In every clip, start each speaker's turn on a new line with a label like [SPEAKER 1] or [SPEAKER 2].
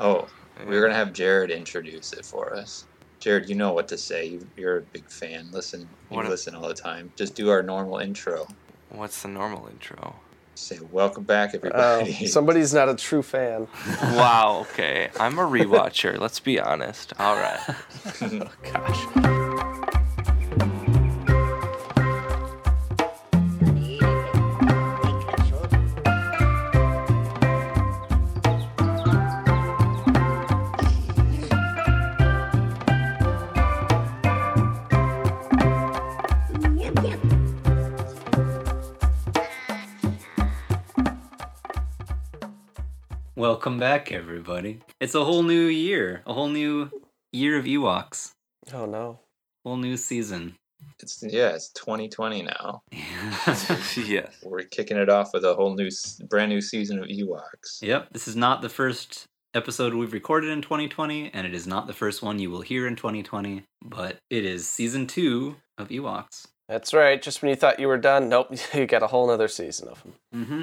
[SPEAKER 1] Oh, we
[SPEAKER 2] Yeah.
[SPEAKER 1] were gonna have Jared introduce it for us. Jared, you know what to say. You, you're a big fan. Listen, you
[SPEAKER 2] What a-
[SPEAKER 1] listen all the time. Just do our normal intro.
[SPEAKER 2] What's the normal intro?
[SPEAKER 1] Say welcome back,
[SPEAKER 3] Oh,
[SPEAKER 1] everybody.
[SPEAKER 3] somebody's not a true fan.
[SPEAKER 2] wow, okay. I'm a rewatcher, let's be honest. All right.
[SPEAKER 3] Gosh.
[SPEAKER 4] Welcome back, everybody. It's a whole new year, a whole new year of Ewoks,
[SPEAKER 3] Oh no.
[SPEAKER 4] whole new season.
[SPEAKER 1] it's yeah, it's 2020 now.
[SPEAKER 2] yes.
[SPEAKER 1] We're kicking it off with a whole new, s- brand new season of Ewoks.
[SPEAKER 4] yep, this is not the first episode we've recorded in 2020, and it is not the first one you will hear in 2020, but it is season two of Ewoks.
[SPEAKER 3] That's right. Just when you thought you were done, nope, you got a whole nother season of them.
[SPEAKER 4] Mm-hmm.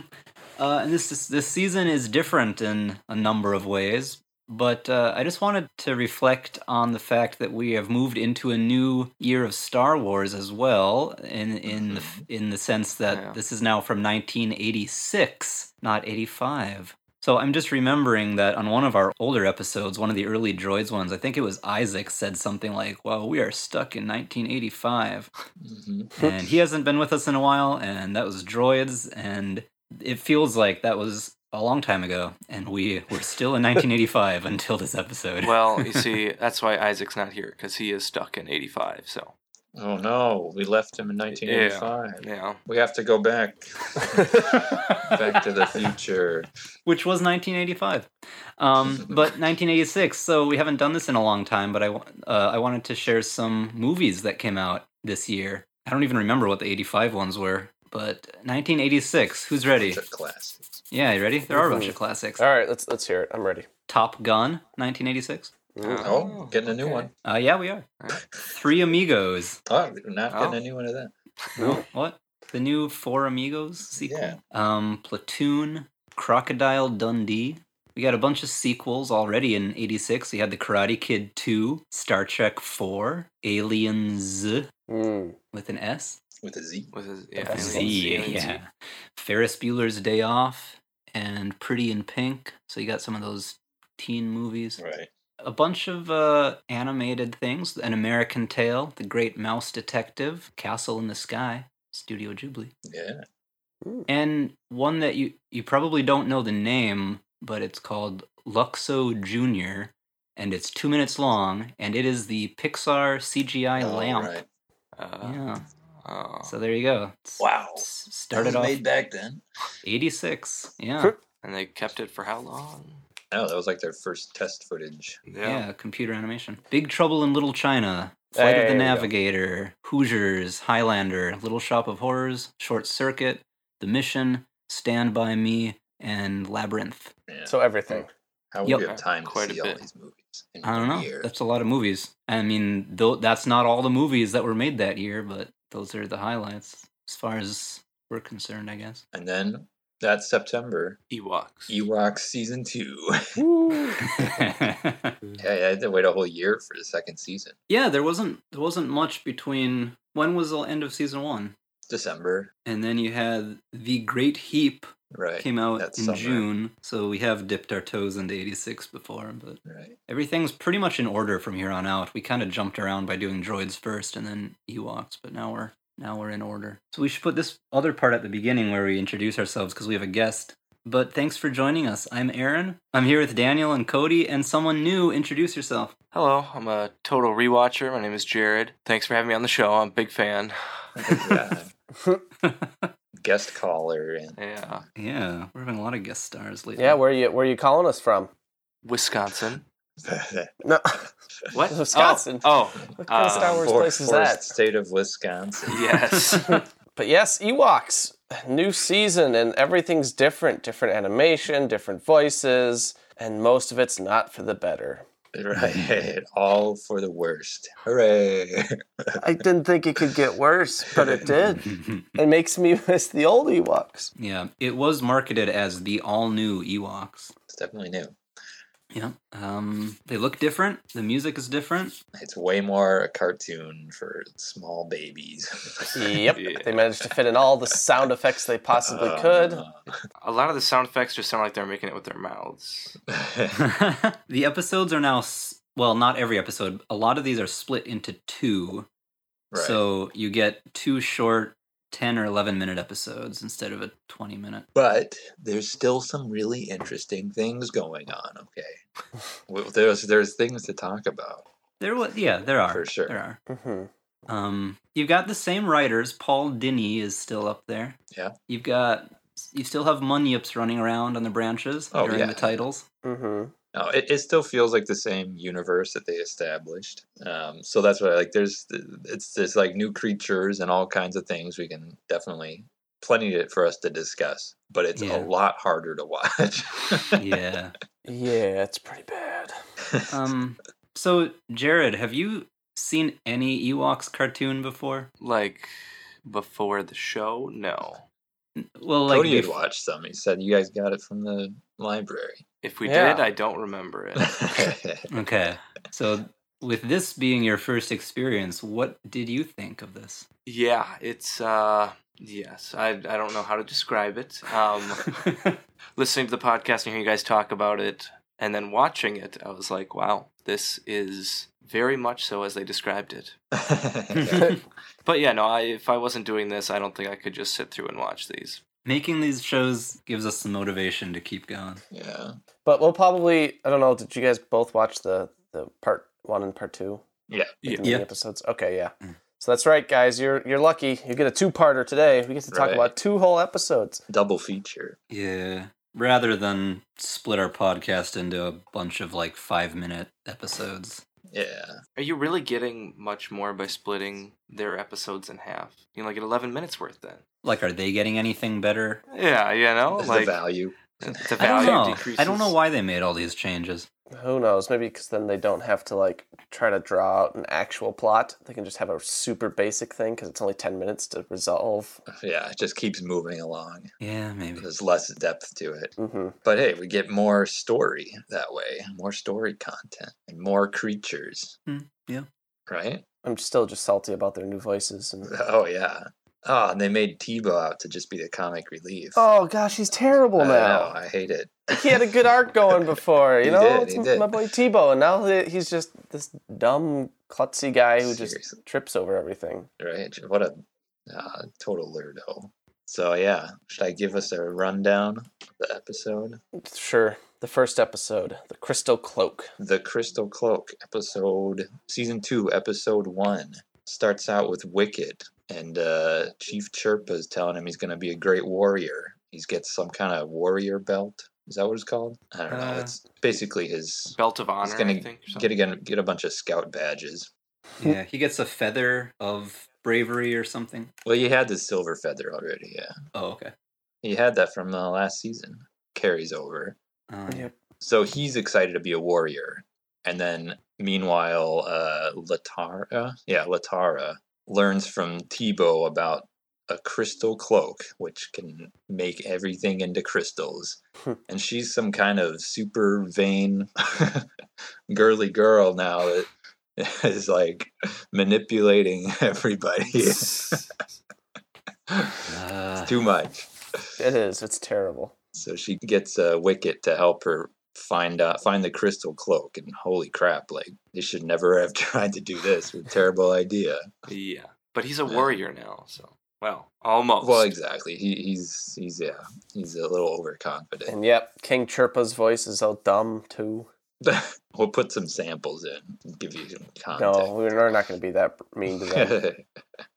[SPEAKER 4] Uh, and this is, this season is different in a number of ways, but uh, I just wanted to reflect on the fact that we have moved into a new year of Star Wars as well, in in the f in the sense that
[SPEAKER 2] Yeah.
[SPEAKER 4] this is now from 1986, not 85. So I'm just remembering that on one of our older episodes, one of the early droids ones, I think it was Isaac said something like, "Well, we are stuck in 1985."
[SPEAKER 1] hmm
[SPEAKER 4] and he hasn't been with us in a while and that was droids and it feels like that was a long time ago and we were still in 1985 until this episode
[SPEAKER 2] Well, you see, that's why Isaac's not here, because he is stuck in 85, so.
[SPEAKER 1] Oh no, we left him in 1985.
[SPEAKER 2] Yeah.
[SPEAKER 1] We have to go back, back to the future.
[SPEAKER 4] which was 1985 um, but 1986 so we haven't done this in a long time but I, wa- uh, I wanted to share some movies that came out this year i don't even remember what the 85 ones were but 1986 who's ready
[SPEAKER 1] Future classics.
[SPEAKER 4] yeah you ready there are a bunch
[SPEAKER 3] Mhm.
[SPEAKER 2] Mm-hmm.
[SPEAKER 4] of classics
[SPEAKER 3] All right, let's let's hear it. I'm ready. Mm.
[SPEAKER 4] top gun 1986
[SPEAKER 3] Uh-huh.
[SPEAKER 1] Oh, getting a new
[SPEAKER 2] okay.
[SPEAKER 1] one.
[SPEAKER 4] uh, yeah we are three amigos
[SPEAKER 1] Oh, we're not
[SPEAKER 2] Oh.
[SPEAKER 1] getting a new one of that.
[SPEAKER 4] No, what? The new Four Amigos sequel?
[SPEAKER 1] Yeah.
[SPEAKER 4] Um, Platoon, Crocodile Dundee. We got a bunch of sequels already in 86. We had The Karate Kid 2, Star Trek 4, Aliens
[SPEAKER 3] Mm.
[SPEAKER 4] with an S.
[SPEAKER 1] With a Z.
[SPEAKER 2] With his, yeah,
[SPEAKER 3] That's
[SPEAKER 2] aliens-
[SPEAKER 4] Z,
[SPEAKER 2] aliens,
[SPEAKER 4] yeah. Ferris Bueller's Day Off and Pretty in Pink. So you got some of those teen movies
[SPEAKER 1] Right.
[SPEAKER 4] a bunch of uh, animated things An American Tale, The Great Mouse Detective, Castle in the Sky, Studio Ghibli.
[SPEAKER 1] Yeah.
[SPEAKER 4] And one that you, you probably don't know the name, but it's called Luxo Jr., and it's two minutes long, and it is the Pixar CGI
[SPEAKER 1] Oh,
[SPEAKER 4] lamp.
[SPEAKER 1] right.
[SPEAKER 2] Uh,
[SPEAKER 4] Yeah,
[SPEAKER 2] oh,
[SPEAKER 4] so there you go. It's-
[SPEAKER 1] Wow.
[SPEAKER 4] it's
[SPEAKER 1] That was
[SPEAKER 4] Started off
[SPEAKER 1] made back then.
[SPEAKER 4] 86. Yeah,
[SPEAKER 2] and they kept it for how long?
[SPEAKER 1] Oh, that was like their first test footage.
[SPEAKER 4] yeah, computer animation. Big Trouble in Little China, Flight of
[SPEAKER 3] There
[SPEAKER 4] the
[SPEAKER 3] we go.
[SPEAKER 4] Navigator, Hoosiers, Highlander, Little Shop of Horrors, Short Circuit, The Mission, Stand By Me, and Labyrinth.
[SPEAKER 1] Yeah. Hmm.
[SPEAKER 3] So everything.
[SPEAKER 1] how would
[SPEAKER 4] Yep.
[SPEAKER 1] you have time
[SPEAKER 2] Quite
[SPEAKER 1] to
[SPEAKER 2] a
[SPEAKER 1] see all
[SPEAKER 2] bit.
[SPEAKER 1] these movies? In
[SPEAKER 4] I
[SPEAKER 1] one
[SPEAKER 4] don't know.
[SPEAKER 1] Year?
[SPEAKER 4] That's a lot of movies. I mean, though that's not all the movies that were made that year, but those are the highlights as far as we're concerned, I guess.
[SPEAKER 1] And then that's September.
[SPEAKER 2] Ewoks.
[SPEAKER 1] Ewoks season two.
[SPEAKER 3] Woo.
[SPEAKER 1] yeah, yeah, I had to wait a whole year for the second season.
[SPEAKER 4] yeah, there wasn't there wasn't much between when was the end of season 1?
[SPEAKER 1] December.
[SPEAKER 4] And then you had The Great Heap
[SPEAKER 1] Right.
[SPEAKER 4] came out
[SPEAKER 1] That's
[SPEAKER 4] in
[SPEAKER 1] summer.
[SPEAKER 4] June, so we have dipped our toes into 86 before, but
[SPEAKER 1] Right.
[SPEAKER 4] everything's pretty much in order from here on out. We kind of jumped around by doing droids first and then Ewoks, but now we're now we're in order. So we should put this other part at the beginning where we introduce ourselves because we have a guest. But thanks for joining us. I'm Aaron. I'm here with Daniel and Cody and someone new. Introduce yourself.
[SPEAKER 2] Hello, I'm a total rewatcher. My name is Jared. Thanks for having me on the show. I'm a big fan.
[SPEAKER 1] Yeah. Guest caller and
[SPEAKER 2] Yeah.
[SPEAKER 4] Yeah, we're having a lot of guest stars lately.
[SPEAKER 3] yeah, where are you where are you calling us from?
[SPEAKER 2] Wisconsin.
[SPEAKER 3] No. Ah,
[SPEAKER 2] What?
[SPEAKER 3] Wisconsin.
[SPEAKER 2] Oh.
[SPEAKER 3] What kind of Star
[SPEAKER 2] Um,
[SPEAKER 3] Wars
[SPEAKER 1] for-
[SPEAKER 3] place is
[SPEAKER 1] forest
[SPEAKER 3] that?
[SPEAKER 1] state of Wisconsin.
[SPEAKER 2] Yes.
[SPEAKER 3] But yes, Ewoks. New season and everything's different. Different animation, different voices, and most of it's not for the better.
[SPEAKER 1] right. All for the worst. Hooray.
[SPEAKER 3] I didn't think it could get worse, but it did. It makes me miss the old Ewoks.
[SPEAKER 4] yeah, it was marketed as the all new Ewoks.
[SPEAKER 1] It's definitely new.
[SPEAKER 4] Yeah. Um, they look different. The music is different.
[SPEAKER 1] It's way more a cartoon for small babies.
[SPEAKER 3] Yep.
[SPEAKER 2] Yeah.
[SPEAKER 3] They managed to fit in all the sound effects they possibly
[SPEAKER 1] Um, Oh,
[SPEAKER 3] could.
[SPEAKER 2] A lot of the sound effects just sound like they're making it with their mouths.
[SPEAKER 1] could.
[SPEAKER 4] the episodes are now s- well, not every episode. A lot of these are split into two,
[SPEAKER 1] right.
[SPEAKER 4] so you get two short, ten or eleven minute episodes instead of a twenty minute.
[SPEAKER 1] but there's still some really interesting things going on. Okay, Well, there's there's things to talk about.
[SPEAKER 4] There, wa- yeah, there are
[SPEAKER 1] For sure.
[SPEAKER 4] There are.
[SPEAKER 3] hmm
[SPEAKER 4] Um, you've got the same writers. Paul Dini is still up there.
[SPEAKER 1] Yeah.
[SPEAKER 4] You've got you still have Munyips running around on the branches
[SPEAKER 1] Oh,
[SPEAKER 4] during
[SPEAKER 1] yeah.
[SPEAKER 4] the titles.
[SPEAKER 3] hmm
[SPEAKER 1] No, it, it still feels like the same universe that they established. Um, so that's what I like. There's it's there's like new creatures and all kinds of things we can definitely plenty to, for us to discuss. But it's
[SPEAKER 4] Yeah.
[SPEAKER 1] a lot harder to watch.
[SPEAKER 4] yeah.
[SPEAKER 3] Yeah, it's pretty bad.
[SPEAKER 4] Um. So Jared, have you seen any Ewoks cartoon before?
[SPEAKER 2] Like before the show? No.
[SPEAKER 4] Well, like
[SPEAKER 1] Cody had
[SPEAKER 4] bef-
[SPEAKER 1] watched some. He said you guys got it from the library.
[SPEAKER 2] If we
[SPEAKER 3] Yeah.
[SPEAKER 2] did, I don't remember it.
[SPEAKER 4] Okay. So with this being your first experience, what did you think of this?
[SPEAKER 2] yeah, it's uh yes, I I don't know how to describe it. Um listening to the podcast and hearing you guys talk about it and then watching it, I was like, wow, this is very much so as they described it. But yeah, no, I, if I wasn't doing this, I don't think I could just sit through and watch these.
[SPEAKER 4] Making these shows gives us the motivation to keep going.
[SPEAKER 1] yeah.
[SPEAKER 3] But we'll probably I don't know, did you guys both watch the the part one and part two?
[SPEAKER 1] Yeah.
[SPEAKER 3] Like the
[SPEAKER 4] Yeah.
[SPEAKER 3] mini episodes? Okay, yeah.
[SPEAKER 4] Mm.
[SPEAKER 3] So that's right, guys. You're you're lucky. You get a two parter today. We get to talk
[SPEAKER 1] Right.
[SPEAKER 3] about two whole episodes.
[SPEAKER 1] Double feature.
[SPEAKER 4] Yeah. Rather than split our podcast into a bunch of like five minute episodes.
[SPEAKER 1] Yeah.
[SPEAKER 2] Are you really getting much more by splitting their episodes in half? You know, like at 11 minutes worth then.
[SPEAKER 4] Like, are they getting anything better?
[SPEAKER 2] Yeah, you know,
[SPEAKER 1] There's
[SPEAKER 2] like
[SPEAKER 1] the value.
[SPEAKER 2] the
[SPEAKER 4] I don't
[SPEAKER 2] value
[SPEAKER 4] know.
[SPEAKER 2] decreases.
[SPEAKER 4] I don't know why they made all these changes.
[SPEAKER 3] Who knows? Maybe because then they don't have to like try to draw out an actual plot. They can just have a super basic thing because it's only ten minutes to resolve.
[SPEAKER 1] Yeah, it just keeps moving along.
[SPEAKER 4] Yeah, maybe.
[SPEAKER 1] There's less depth to it.
[SPEAKER 3] hmm
[SPEAKER 1] But hey, we get more story that way, more story content, and more creatures.
[SPEAKER 4] Hmm, yeah.
[SPEAKER 1] Right?
[SPEAKER 3] I'm still just salty about their new voices and.
[SPEAKER 1] Oh, yeah. Oh, and they made Tebow out to just be the comic relief.
[SPEAKER 3] Oh gosh, he's terrible
[SPEAKER 1] I know,
[SPEAKER 3] now.
[SPEAKER 1] I hate it.
[SPEAKER 3] He had a good arc going before, you
[SPEAKER 1] He
[SPEAKER 3] know.
[SPEAKER 1] did,
[SPEAKER 3] it's
[SPEAKER 1] he
[SPEAKER 3] m-
[SPEAKER 1] did.
[SPEAKER 3] my boy Tebow, and now he- he's just this dumb klutzy guy who
[SPEAKER 1] Seriously.
[SPEAKER 3] just trips over everything.
[SPEAKER 1] Right? What a uh, total lurdo. So, yeah, should I give us a rundown of the episode?
[SPEAKER 3] Sure, the first episode, the crystal cloak.
[SPEAKER 1] The Crystal Cloak, episode season two, episode one, starts out with Wicked, and uh, Chief Chirpa is telling him he's going to be a great warrior. He's gets some kind of warrior belt. Is that what it's called? I don't
[SPEAKER 4] Uh,
[SPEAKER 1] know. It's basically his
[SPEAKER 2] Belt of honor,
[SPEAKER 1] gonna
[SPEAKER 2] I think. or
[SPEAKER 1] get
[SPEAKER 2] something.
[SPEAKER 1] a, get a bunch of scout badges.
[SPEAKER 4] Yeah, he gets a feather of bravery or something.
[SPEAKER 1] Well, you had the silver feather already. Yeah,
[SPEAKER 4] Oh, okay.
[SPEAKER 1] you had that from the last season. Carries over.
[SPEAKER 4] Uh,
[SPEAKER 3] Yep.
[SPEAKER 1] So he's excited to be a warrior. And then meanwhile, uh, Latara, yeah, Latara learns from Tebow about a crystal cloak, which can make everything into crystals.
[SPEAKER 3] Hmm.
[SPEAKER 1] and she's some kind of super vain, girly girl now that is like manipulating everybody.
[SPEAKER 4] uh,
[SPEAKER 1] Too much.
[SPEAKER 3] It is. It's terrible.
[SPEAKER 1] So she gets a wicket to help her find out find the crystal cloak and holy crap like they should never have tried to do this with terrible idea
[SPEAKER 2] Yeah. But he's a
[SPEAKER 1] Yeah.
[SPEAKER 2] warrior now, so well, almost.
[SPEAKER 1] well exactly he, he's he's yeah he's a little overconfident
[SPEAKER 3] And yep, King Chirpa's voice is all dumb too.
[SPEAKER 1] we'll put some samples in give you some
[SPEAKER 3] No,
[SPEAKER 1] context
[SPEAKER 3] we're we're not going to be that mean to them.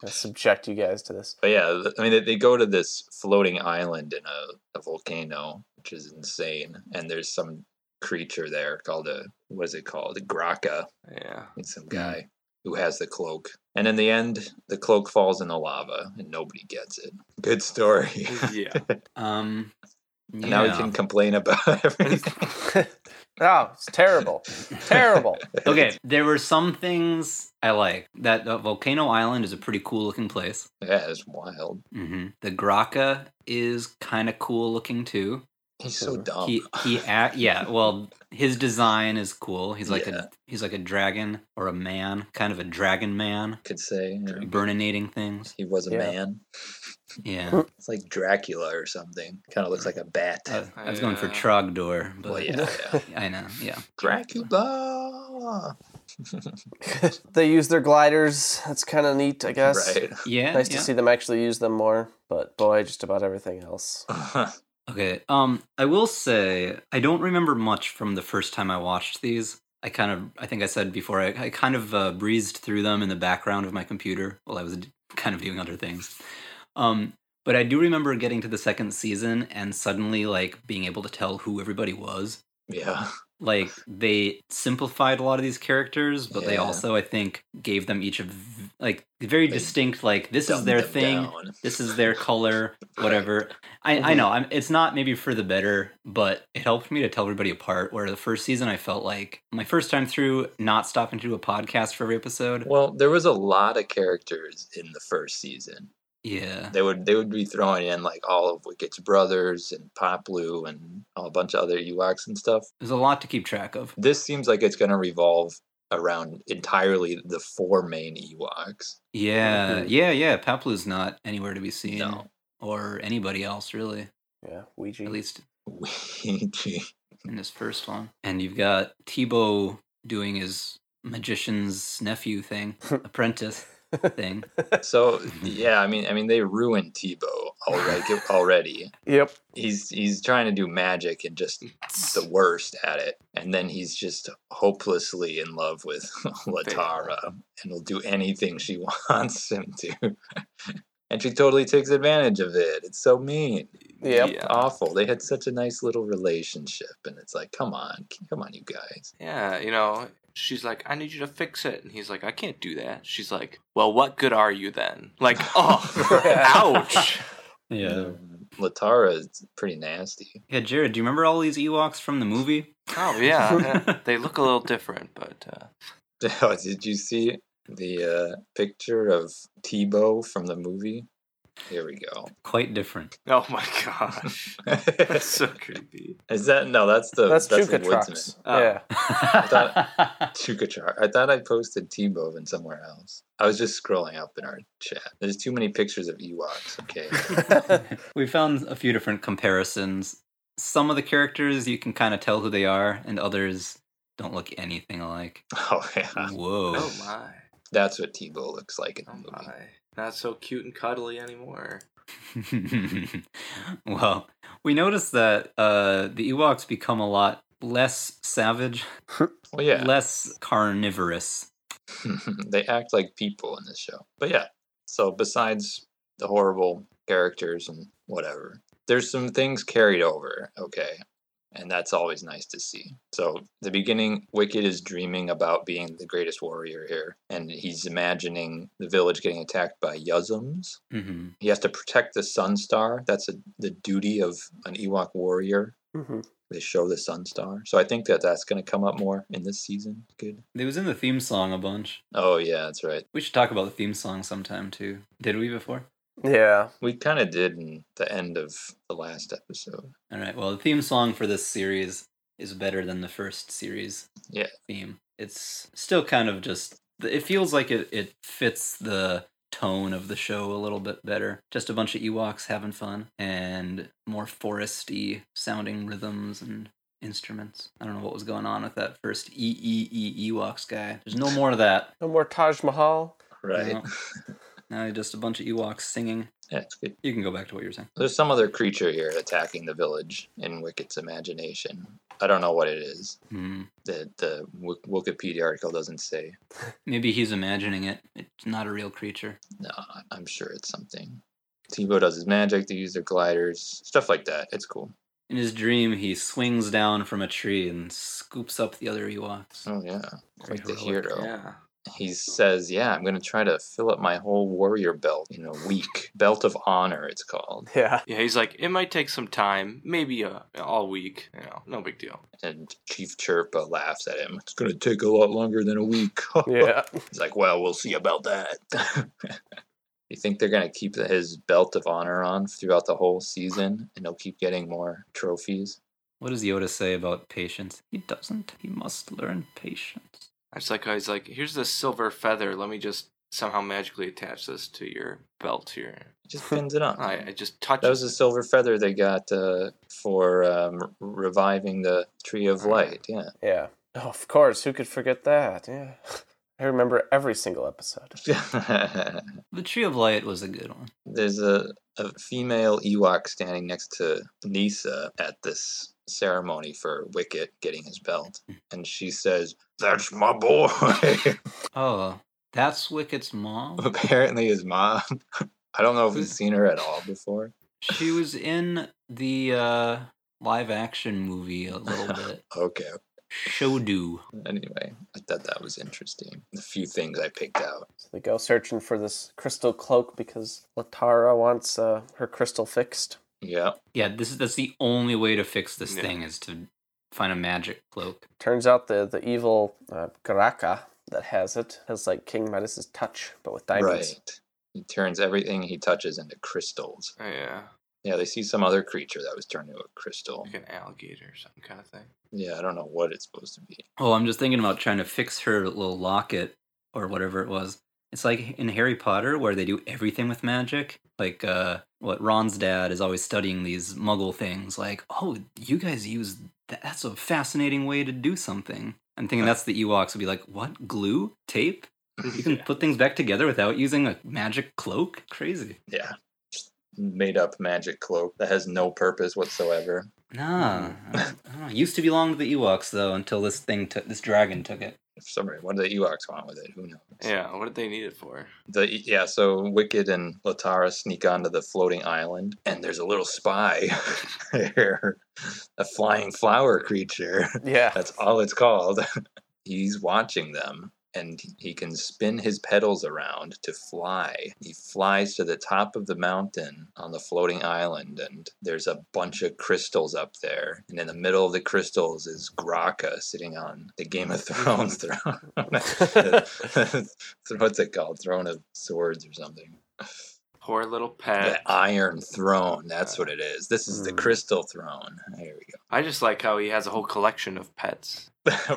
[SPEAKER 3] Gonna subject you guys to this.
[SPEAKER 1] But yeah, th- I mean, they, they go to this floating island in a, a volcano, which is insane. And there's some creature there called a, what is it called? A Graka.
[SPEAKER 2] Yeah.
[SPEAKER 1] It's some
[SPEAKER 4] Mm.
[SPEAKER 1] guy who has the cloak. And in the end, the cloak falls in the lava and nobody gets it. Good story.
[SPEAKER 2] Yeah.
[SPEAKER 4] um, yeah.
[SPEAKER 1] And Now we can complain about everything.
[SPEAKER 3] oh, it's terrible. terrible.
[SPEAKER 4] okay, there were some things I like. That uh, volcano island is a pretty cool looking place.
[SPEAKER 1] Yeah, it's wild.
[SPEAKER 4] Mm-hmm. The Graka is kind of cool looking too.
[SPEAKER 1] He's so dumb.
[SPEAKER 4] he he a- yeah well his design is cool he's like
[SPEAKER 1] Yeah.
[SPEAKER 4] a he's like a dragon or a man kind of a dragon man
[SPEAKER 1] could say you know,
[SPEAKER 4] burninating things
[SPEAKER 1] he was a
[SPEAKER 3] Yeah.
[SPEAKER 1] man.
[SPEAKER 4] yeah
[SPEAKER 1] It's like Dracula or something. Kind of looks like a bat.
[SPEAKER 4] Uh, i was going for
[SPEAKER 2] Yeah.
[SPEAKER 4] trogdor but
[SPEAKER 1] well, yeah, yeah.
[SPEAKER 4] i know yeah
[SPEAKER 1] Dracula.
[SPEAKER 3] they use their gliders. That's kind of neat, I guess.
[SPEAKER 1] Right.
[SPEAKER 4] yeah
[SPEAKER 3] Nice
[SPEAKER 4] yeah.
[SPEAKER 3] to see them actually use them more. But boy, just about everything else.
[SPEAKER 4] Okay. Um, I will say I don't remember much from the first time I watched these. I kind of, I think I said before, I, I kind of uh, breezed through them in the background of my computer while I was d- kind of doing other things. Um, but I do remember getting to the second season and suddenly like being able to tell who everybody was.
[SPEAKER 1] yeah.
[SPEAKER 4] Like they simplified a lot of these characters, but they
[SPEAKER 1] Yeah.
[SPEAKER 4] also I think gave them each a v- like very
[SPEAKER 1] They
[SPEAKER 4] distinct like this is
[SPEAKER 1] Dumbed
[SPEAKER 4] their
[SPEAKER 1] them
[SPEAKER 4] thing
[SPEAKER 1] down.
[SPEAKER 4] this is their color whatever i, I know I'm, it's not maybe for the better but it helped me to tell everybody apart where the first season i felt like my first time through not stopping to do a podcast for every episode
[SPEAKER 1] Well, there was a lot of characters in the first season.
[SPEAKER 4] yeah
[SPEAKER 1] They would they would be throwing in like all of Wicked's brothers and Poplu and a bunch of other Ewoks and stuff.
[SPEAKER 4] there's a lot to keep track of
[SPEAKER 1] This seems like it's going to revolve around entirely the four main E Ewoks.
[SPEAKER 4] yeah
[SPEAKER 3] Mhm.
[SPEAKER 4] yeah yeah paplu's not anywhere to be seen
[SPEAKER 1] No.
[SPEAKER 4] or anybody else really
[SPEAKER 3] Yeah, Ouija.
[SPEAKER 4] at least
[SPEAKER 1] Ouija.
[SPEAKER 4] in this first one and you've got tebow doing his magician's nephew thing apprentice thing
[SPEAKER 1] so yeah, I mean, I mean, they ruined Tebow already. already,
[SPEAKER 3] Yep.
[SPEAKER 1] he's he's trying to do magic and just the worst at it, and then he's just hopelessly in love with Latara and will do anything she wants him to, and she totally takes advantage of it. It's so mean.
[SPEAKER 3] Yep.
[SPEAKER 1] It's awful. They had such a nice little relationship, and it's like, come on, come on, you guys.
[SPEAKER 2] Yeah, you know, she's like, I need you to fix it. And he's like, I can't do that. She's like, Well, what good are you then? Like, oh, ouch.
[SPEAKER 1] Mm, Latara is pretty nasty.
[SPEAKER 4] Yeah, Jared, do you remember all these Ewoks from the movie?
[SPEAKER 2] Oh, yeah. yeah. They look a little different, but uh,
[SPEAKER 1] Oh, Did you see the uh, picture of Tebow from the movie? Here we go.
[SPEAKER 4] Quite different.
[SPEAKER 2] oh my gosh. That's so creepy.
[SPEAKER 1] Is that no? That's the
[SPEAKER 3] That's,
[SPEAKER 1] that's,
[SPEAKER 3] that's
[SPEAKER 1] the
[SPEAKER 3] Chuka
[SPEAKER 1] woodsman.
[SPEAKER 3] trucks.
[SPEAKER 2] Oh.
[SPEAKER 3] Yeah.
[SPEAKER 1] thought- Chukachar. I thought I posted Tebow in somewhere else. I was just scrolling up in our chat. There's too many pictures of Ewoks. Okay.
[SPEAKER 4] we found a few different comparisons. Some of the characters you can kind of tell who they are, and others don't look anything alike.
[SPEAKER 1] Oh yeah,
[SPEAKER 4] Whoa.
[SPEAKER 2] Oh my.
[SPEAKER 1] that's what Tebow looks like in the
[SPEAKER 2] Oh
[SPEAKER 1] movie.
[SPEAKER 2] my. Not so cute and cuddly anymore.
[SPEAKER 4] well, we noticed that uh, the Ewoks become a lot less savage,
[SPEAKER 1] Well, yeah,
[SPEAKER 4] less carnivorous.
[SPEAKER 1] they act like people in this show. But yeah, so besides the horrible characters and whatever, there's some things carried over, okay? And that's always nice to see. So, the beginning, Wicked is dreaming about being the greatest warrior here, and he's imagining the village getting attacked by Yuzums.
[SPEAKER 4] hmm
[SPEAKER 1] He has to protect the Sun Star. That's a, the duty of an Ewok warrior.
[SPEAKER 3] hmm
[SPEAKER 1] They show the Sun Star. So, I think that that's going to come up more in this season. Good.
[SPEAKER 4] It was in the theme song a bunch.
[SPEAKER 1] Oh, yeah, that's right.
[SPEAKER 4] We should talk about the theme song sometime too. Did we before?
[SPEAKER 3] Yeah.
[SPEAKER 1] We kind of did in the end of the last episode.
[SPEAKER 4] All right. Well, the theme song for this series is better than the first series.
[SPEAKER 1] Yeah.
[SPEAKER 4] Theme. It's still kind of just. It feels like it, it fits the tone of the show a little bit better. Just a bunch of Ewoks having fun and more foresty sounding rhythms and instruments. I don't know what was going on with that first E E E Ewoks guy. There's no more of that.
[SPEAKER 3] No more Taj Mahal.
[SPEAKER 1] Right.
[SPEAKER 4] No. Now just a bunch of Ewoks singing.
[SPEAKER 1] Yeah, it's good.
[SPEAKER 4] You can go back to what you were saying.
[SPEAKER 1] There's some other creature here attacking the village in Wicket's imagination. I don't know what it is.
[SPEAKER 4] Hmm.
[SPEAKER 1] The the Wik- Wikipedia article doesn't say.
[SPEAKER 4] Maybe he's imagining it. It's not a real creature.
[SPEAKER 1] No, I- I'm sure it's something. Tebow does his magic. They use their gliders, stuff like that. It's cool.
[SPEAKER 4] In his dream, he swings down from a tree and scoops up the other Ewoks.
[SPEAKER 1] Oh yeah,
[SPEAKER 4] Very
[SPEAKER 1] quite the
[SPEAKER 4] heroic.
[SPEAKER 1] hero.
[SPEAKER 2] Yeah.
[SPEAKER 1] He says, "Yeah, I'm gonna try to fill up my whole warrior belt in a week. belt of honor, it's called."
[SPEAKER 3] Yeah.
[SPEAKER 2] Yeah, he's like, It might take some time, maybe uh, all week. You know, no big deal.
[SPEAKER 1] And Chief Chirpa laughs at him. It's gonna take a lot longer than a week.
[SPEAKER 3] Yeah.
[SPEAKER 1] He's like, well, we'll see about that. You think they're gonna keep the- his belt of honor on throughout the whole season, and he'll keep getting more trophies?
[SPEAKER 4] What does Yoda say about patience? He doesn't. He must learn patience.
[SPEAKER 2] I just like how he's like, here's this silver feather. Let me just somehow magically attach this to your belt here.
[SPEAKER 1] He just pins it on.
[SPEAKER 2] I, I just touch
[SPEAKER 1] That was
[SPEAKER 2] it.
[SPEAKER 1] a silver feather they got uh, for um, reviving the Tree of Light. Yeah.
[SPEAKER 3] Yeah. Oh, of course. Who could forget that? Yeah. I remember every single episode.
[SPEAKER 4] The Tree of Light was a good one.
[SPEAKER 1] There's a, a female Ewok standing next to Nisa at this ceremony for Wicket getting his belt. And she says, That's my boy.
[SPEAKER 4] Oh, that's Wicket's mom.
[SPEAKER 1] Apparently, his mom. I don't know if we've seen her at all before.
[SPEAKER 4] She was in the uh, live action movie a little bit.
[SPEAKER 1] Okay.
[SPEAKER 4] Shodu.
[SPEAKER 1] Anyway, I thought that was interesting. The few things I picked out.
[SPEAKER 3] So they go searching for this crystal cloak because Latara wants uh, her crystal fixed.
[SPEAKER 1] Yeah.
[SPEAKER 4] Yeah, this is that's the only way to fix this
[SPEAKER 2] Yeah.
[SPEAKER 4] thing is to find a magic cloak.
[SPEAKER 3] Turns out the, the evil uh, Garaka that has it has like King Midas' touch, but with diamonds.
[SPEAKER 1] Right. He turns everything he touches into crystals.
[SPEAKER 2] Oh, yeah.
[SPEAKER 1] Yeah, they see some other creature that was turned into a crystal.
[SPEAKER 2] Like an alligator or some kind of thing.
[SPEAKER 1] Yeah, I don't know what it's supposed to be.
[SPEAKER 4] Oh, I'm just thinking about trying to fix her little locket or whatever it was. It's like in Harry Potter where they do everything with magic. Like uh what Ron's dad is always studying these muggle things like, "Oh, you guys use that. that's a fascinating way to do something." I'm thinking that's the Ewoks would be like, "What? Glue? Tape? You can put things back together without using a magic cloak? Crazy."
[SPEAKER 1] Yeah. Made up magic cloak that has no purpose whatsoever.
[SPEAKER 4] Nah. I don't- I don't know. Used to belong to the Ewoks though until this thing took this dragon took it.
[SPEAKER 1] If somebody, what do the Ewoks want with it? Who knows?
[SPEAKER 2] Yeah, what did they need it for?
[SPEAKER 1] The yeah, so Wicked and Latara sneak onto the floating island, and there's a little spy there, a flying flower creature.
[SPEAKER 3] Yeah.
[SPEAKER 1] That's all it's called. He's watching them and he can spin his pedals around to fly. He flies to the top of the mountain on the floating island and there's a bunch of crystals up there. And in the middle of the crystals is Graka sitting on the Game of Thrones throne. What's it called? Throne of Swords or something.
[SPEAKER 2] Poor little
[SPEAKER 1] The
[SPEAKER 2] pet.
[SPEAKER 1] Iron Throne. That's what it is. This is the
[SPEAKER 3] Mm.
[SPEAKER 1] Crystal Throne. There we go.
[SPEAKER 2] I just like how he has a whole collection of pets.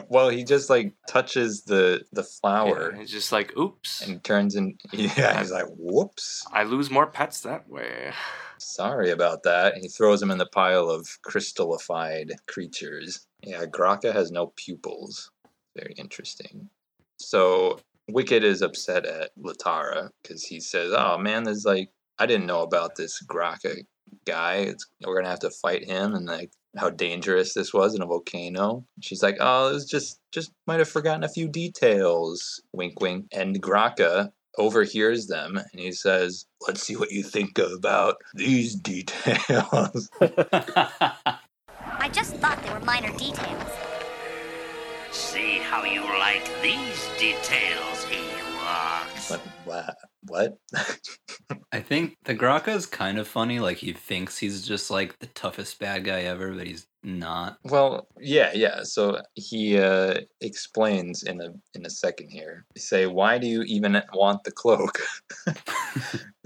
[SPEAKER 1] well, he just like touches the the flower
[SPEAKER 2] Yeah, he's just like, oops,
[SPEAKER 1] and turns in. Yeah, he's like, "Whoops,
[SPEAKER 2] I lose more pets that way.
[SPEAKER 1] sorry about that." And he throws him in the pile of crystallified creatures. Yeah, Graka has no pupils. Very interesting. So Wicked is upset at Latara because he says, "Oh man, there's like I didn't know about this Graka guy. It's, we're gonna have to fight him and like." how dangerous this was in a volcano. She's like, "Oh, it was just just might have forgotten a few details." Wink, wink. And Graka overhears them and he says, "Let's see what you think about these details."
[SPEAKER 5] I just thought they were minor details.
[SPEAKER 6] See how you like these details, Ewoks.
[SPEAKER 1] what? What? what?
[SPEAKER 4] I think the Graka is kind of funny. Like he thinks he's just like the toughest bad guy ever, but he's not.
[SPEAKER 1] Well, yeah, yeah. So he uh, explains in a in a second here. They say, "Why do you even want the cloak?"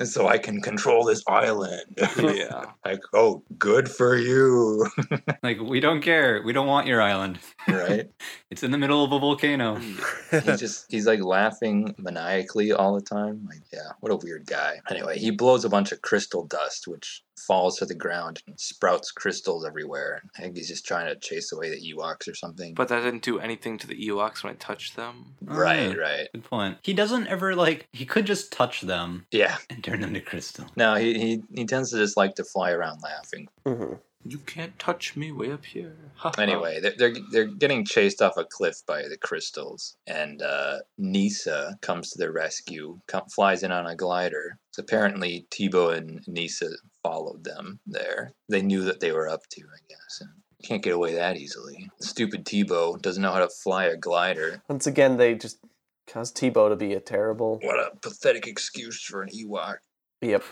[SPEAKER 1] so I can control this island.
[SPEAKER 2] yeah.
[SPEAKER 1] like, oh, good for you,
[SPEAKER 4] Like we don't care. We don't want your island.
[SPEAKER 1] right?
[SPEAKER 4] It's in the middle of a volcano.
[SPEAKER 1] he just he's like laughing maniacally all the time. Like, yeah, what a weird guy. Anyway, he blows a bunch of crystal dust, which falls to the ground and sprouts crystals everywhere. I think he's just trying to chase away the Ewoks or something.
[SPEAKER 2] But that didn't do anything to the Ewoks when I touched them.
[SPEAKER 1] right,
[SPEAKER 4] Ah,
[SPEAKER 1] right,
[SPEAKER 4] Good point. He doesn't ever like. He could just touch them
[SPEAKER 1] yeah.
[SPEAKER 4] and turn them to crystal.
[SPEAKER 1] No, he, he he tends to just like to fly around laughing.
[SPEAKER 3] hmm
[SPEAKER 2] You can't touch me way up here.
[SPEAKER 1] Anyway, they're, they're they're getting chased off a cliff by the crystals, and uh, Nisa comes to their rescue, come, flies in on a glider. So apparently, Tebow and Nisa followed them there. They knew that they were up to, I guess. And can't get away that easily. Stupid Tebow doesn't know how to fly a glider.
[SPEAKER 3] Once again, they just caused Tebow to be a terrible.
[SPEAKER 1] What a pathetic excuse for an Ewok.
[SPEAKER 3] Yep.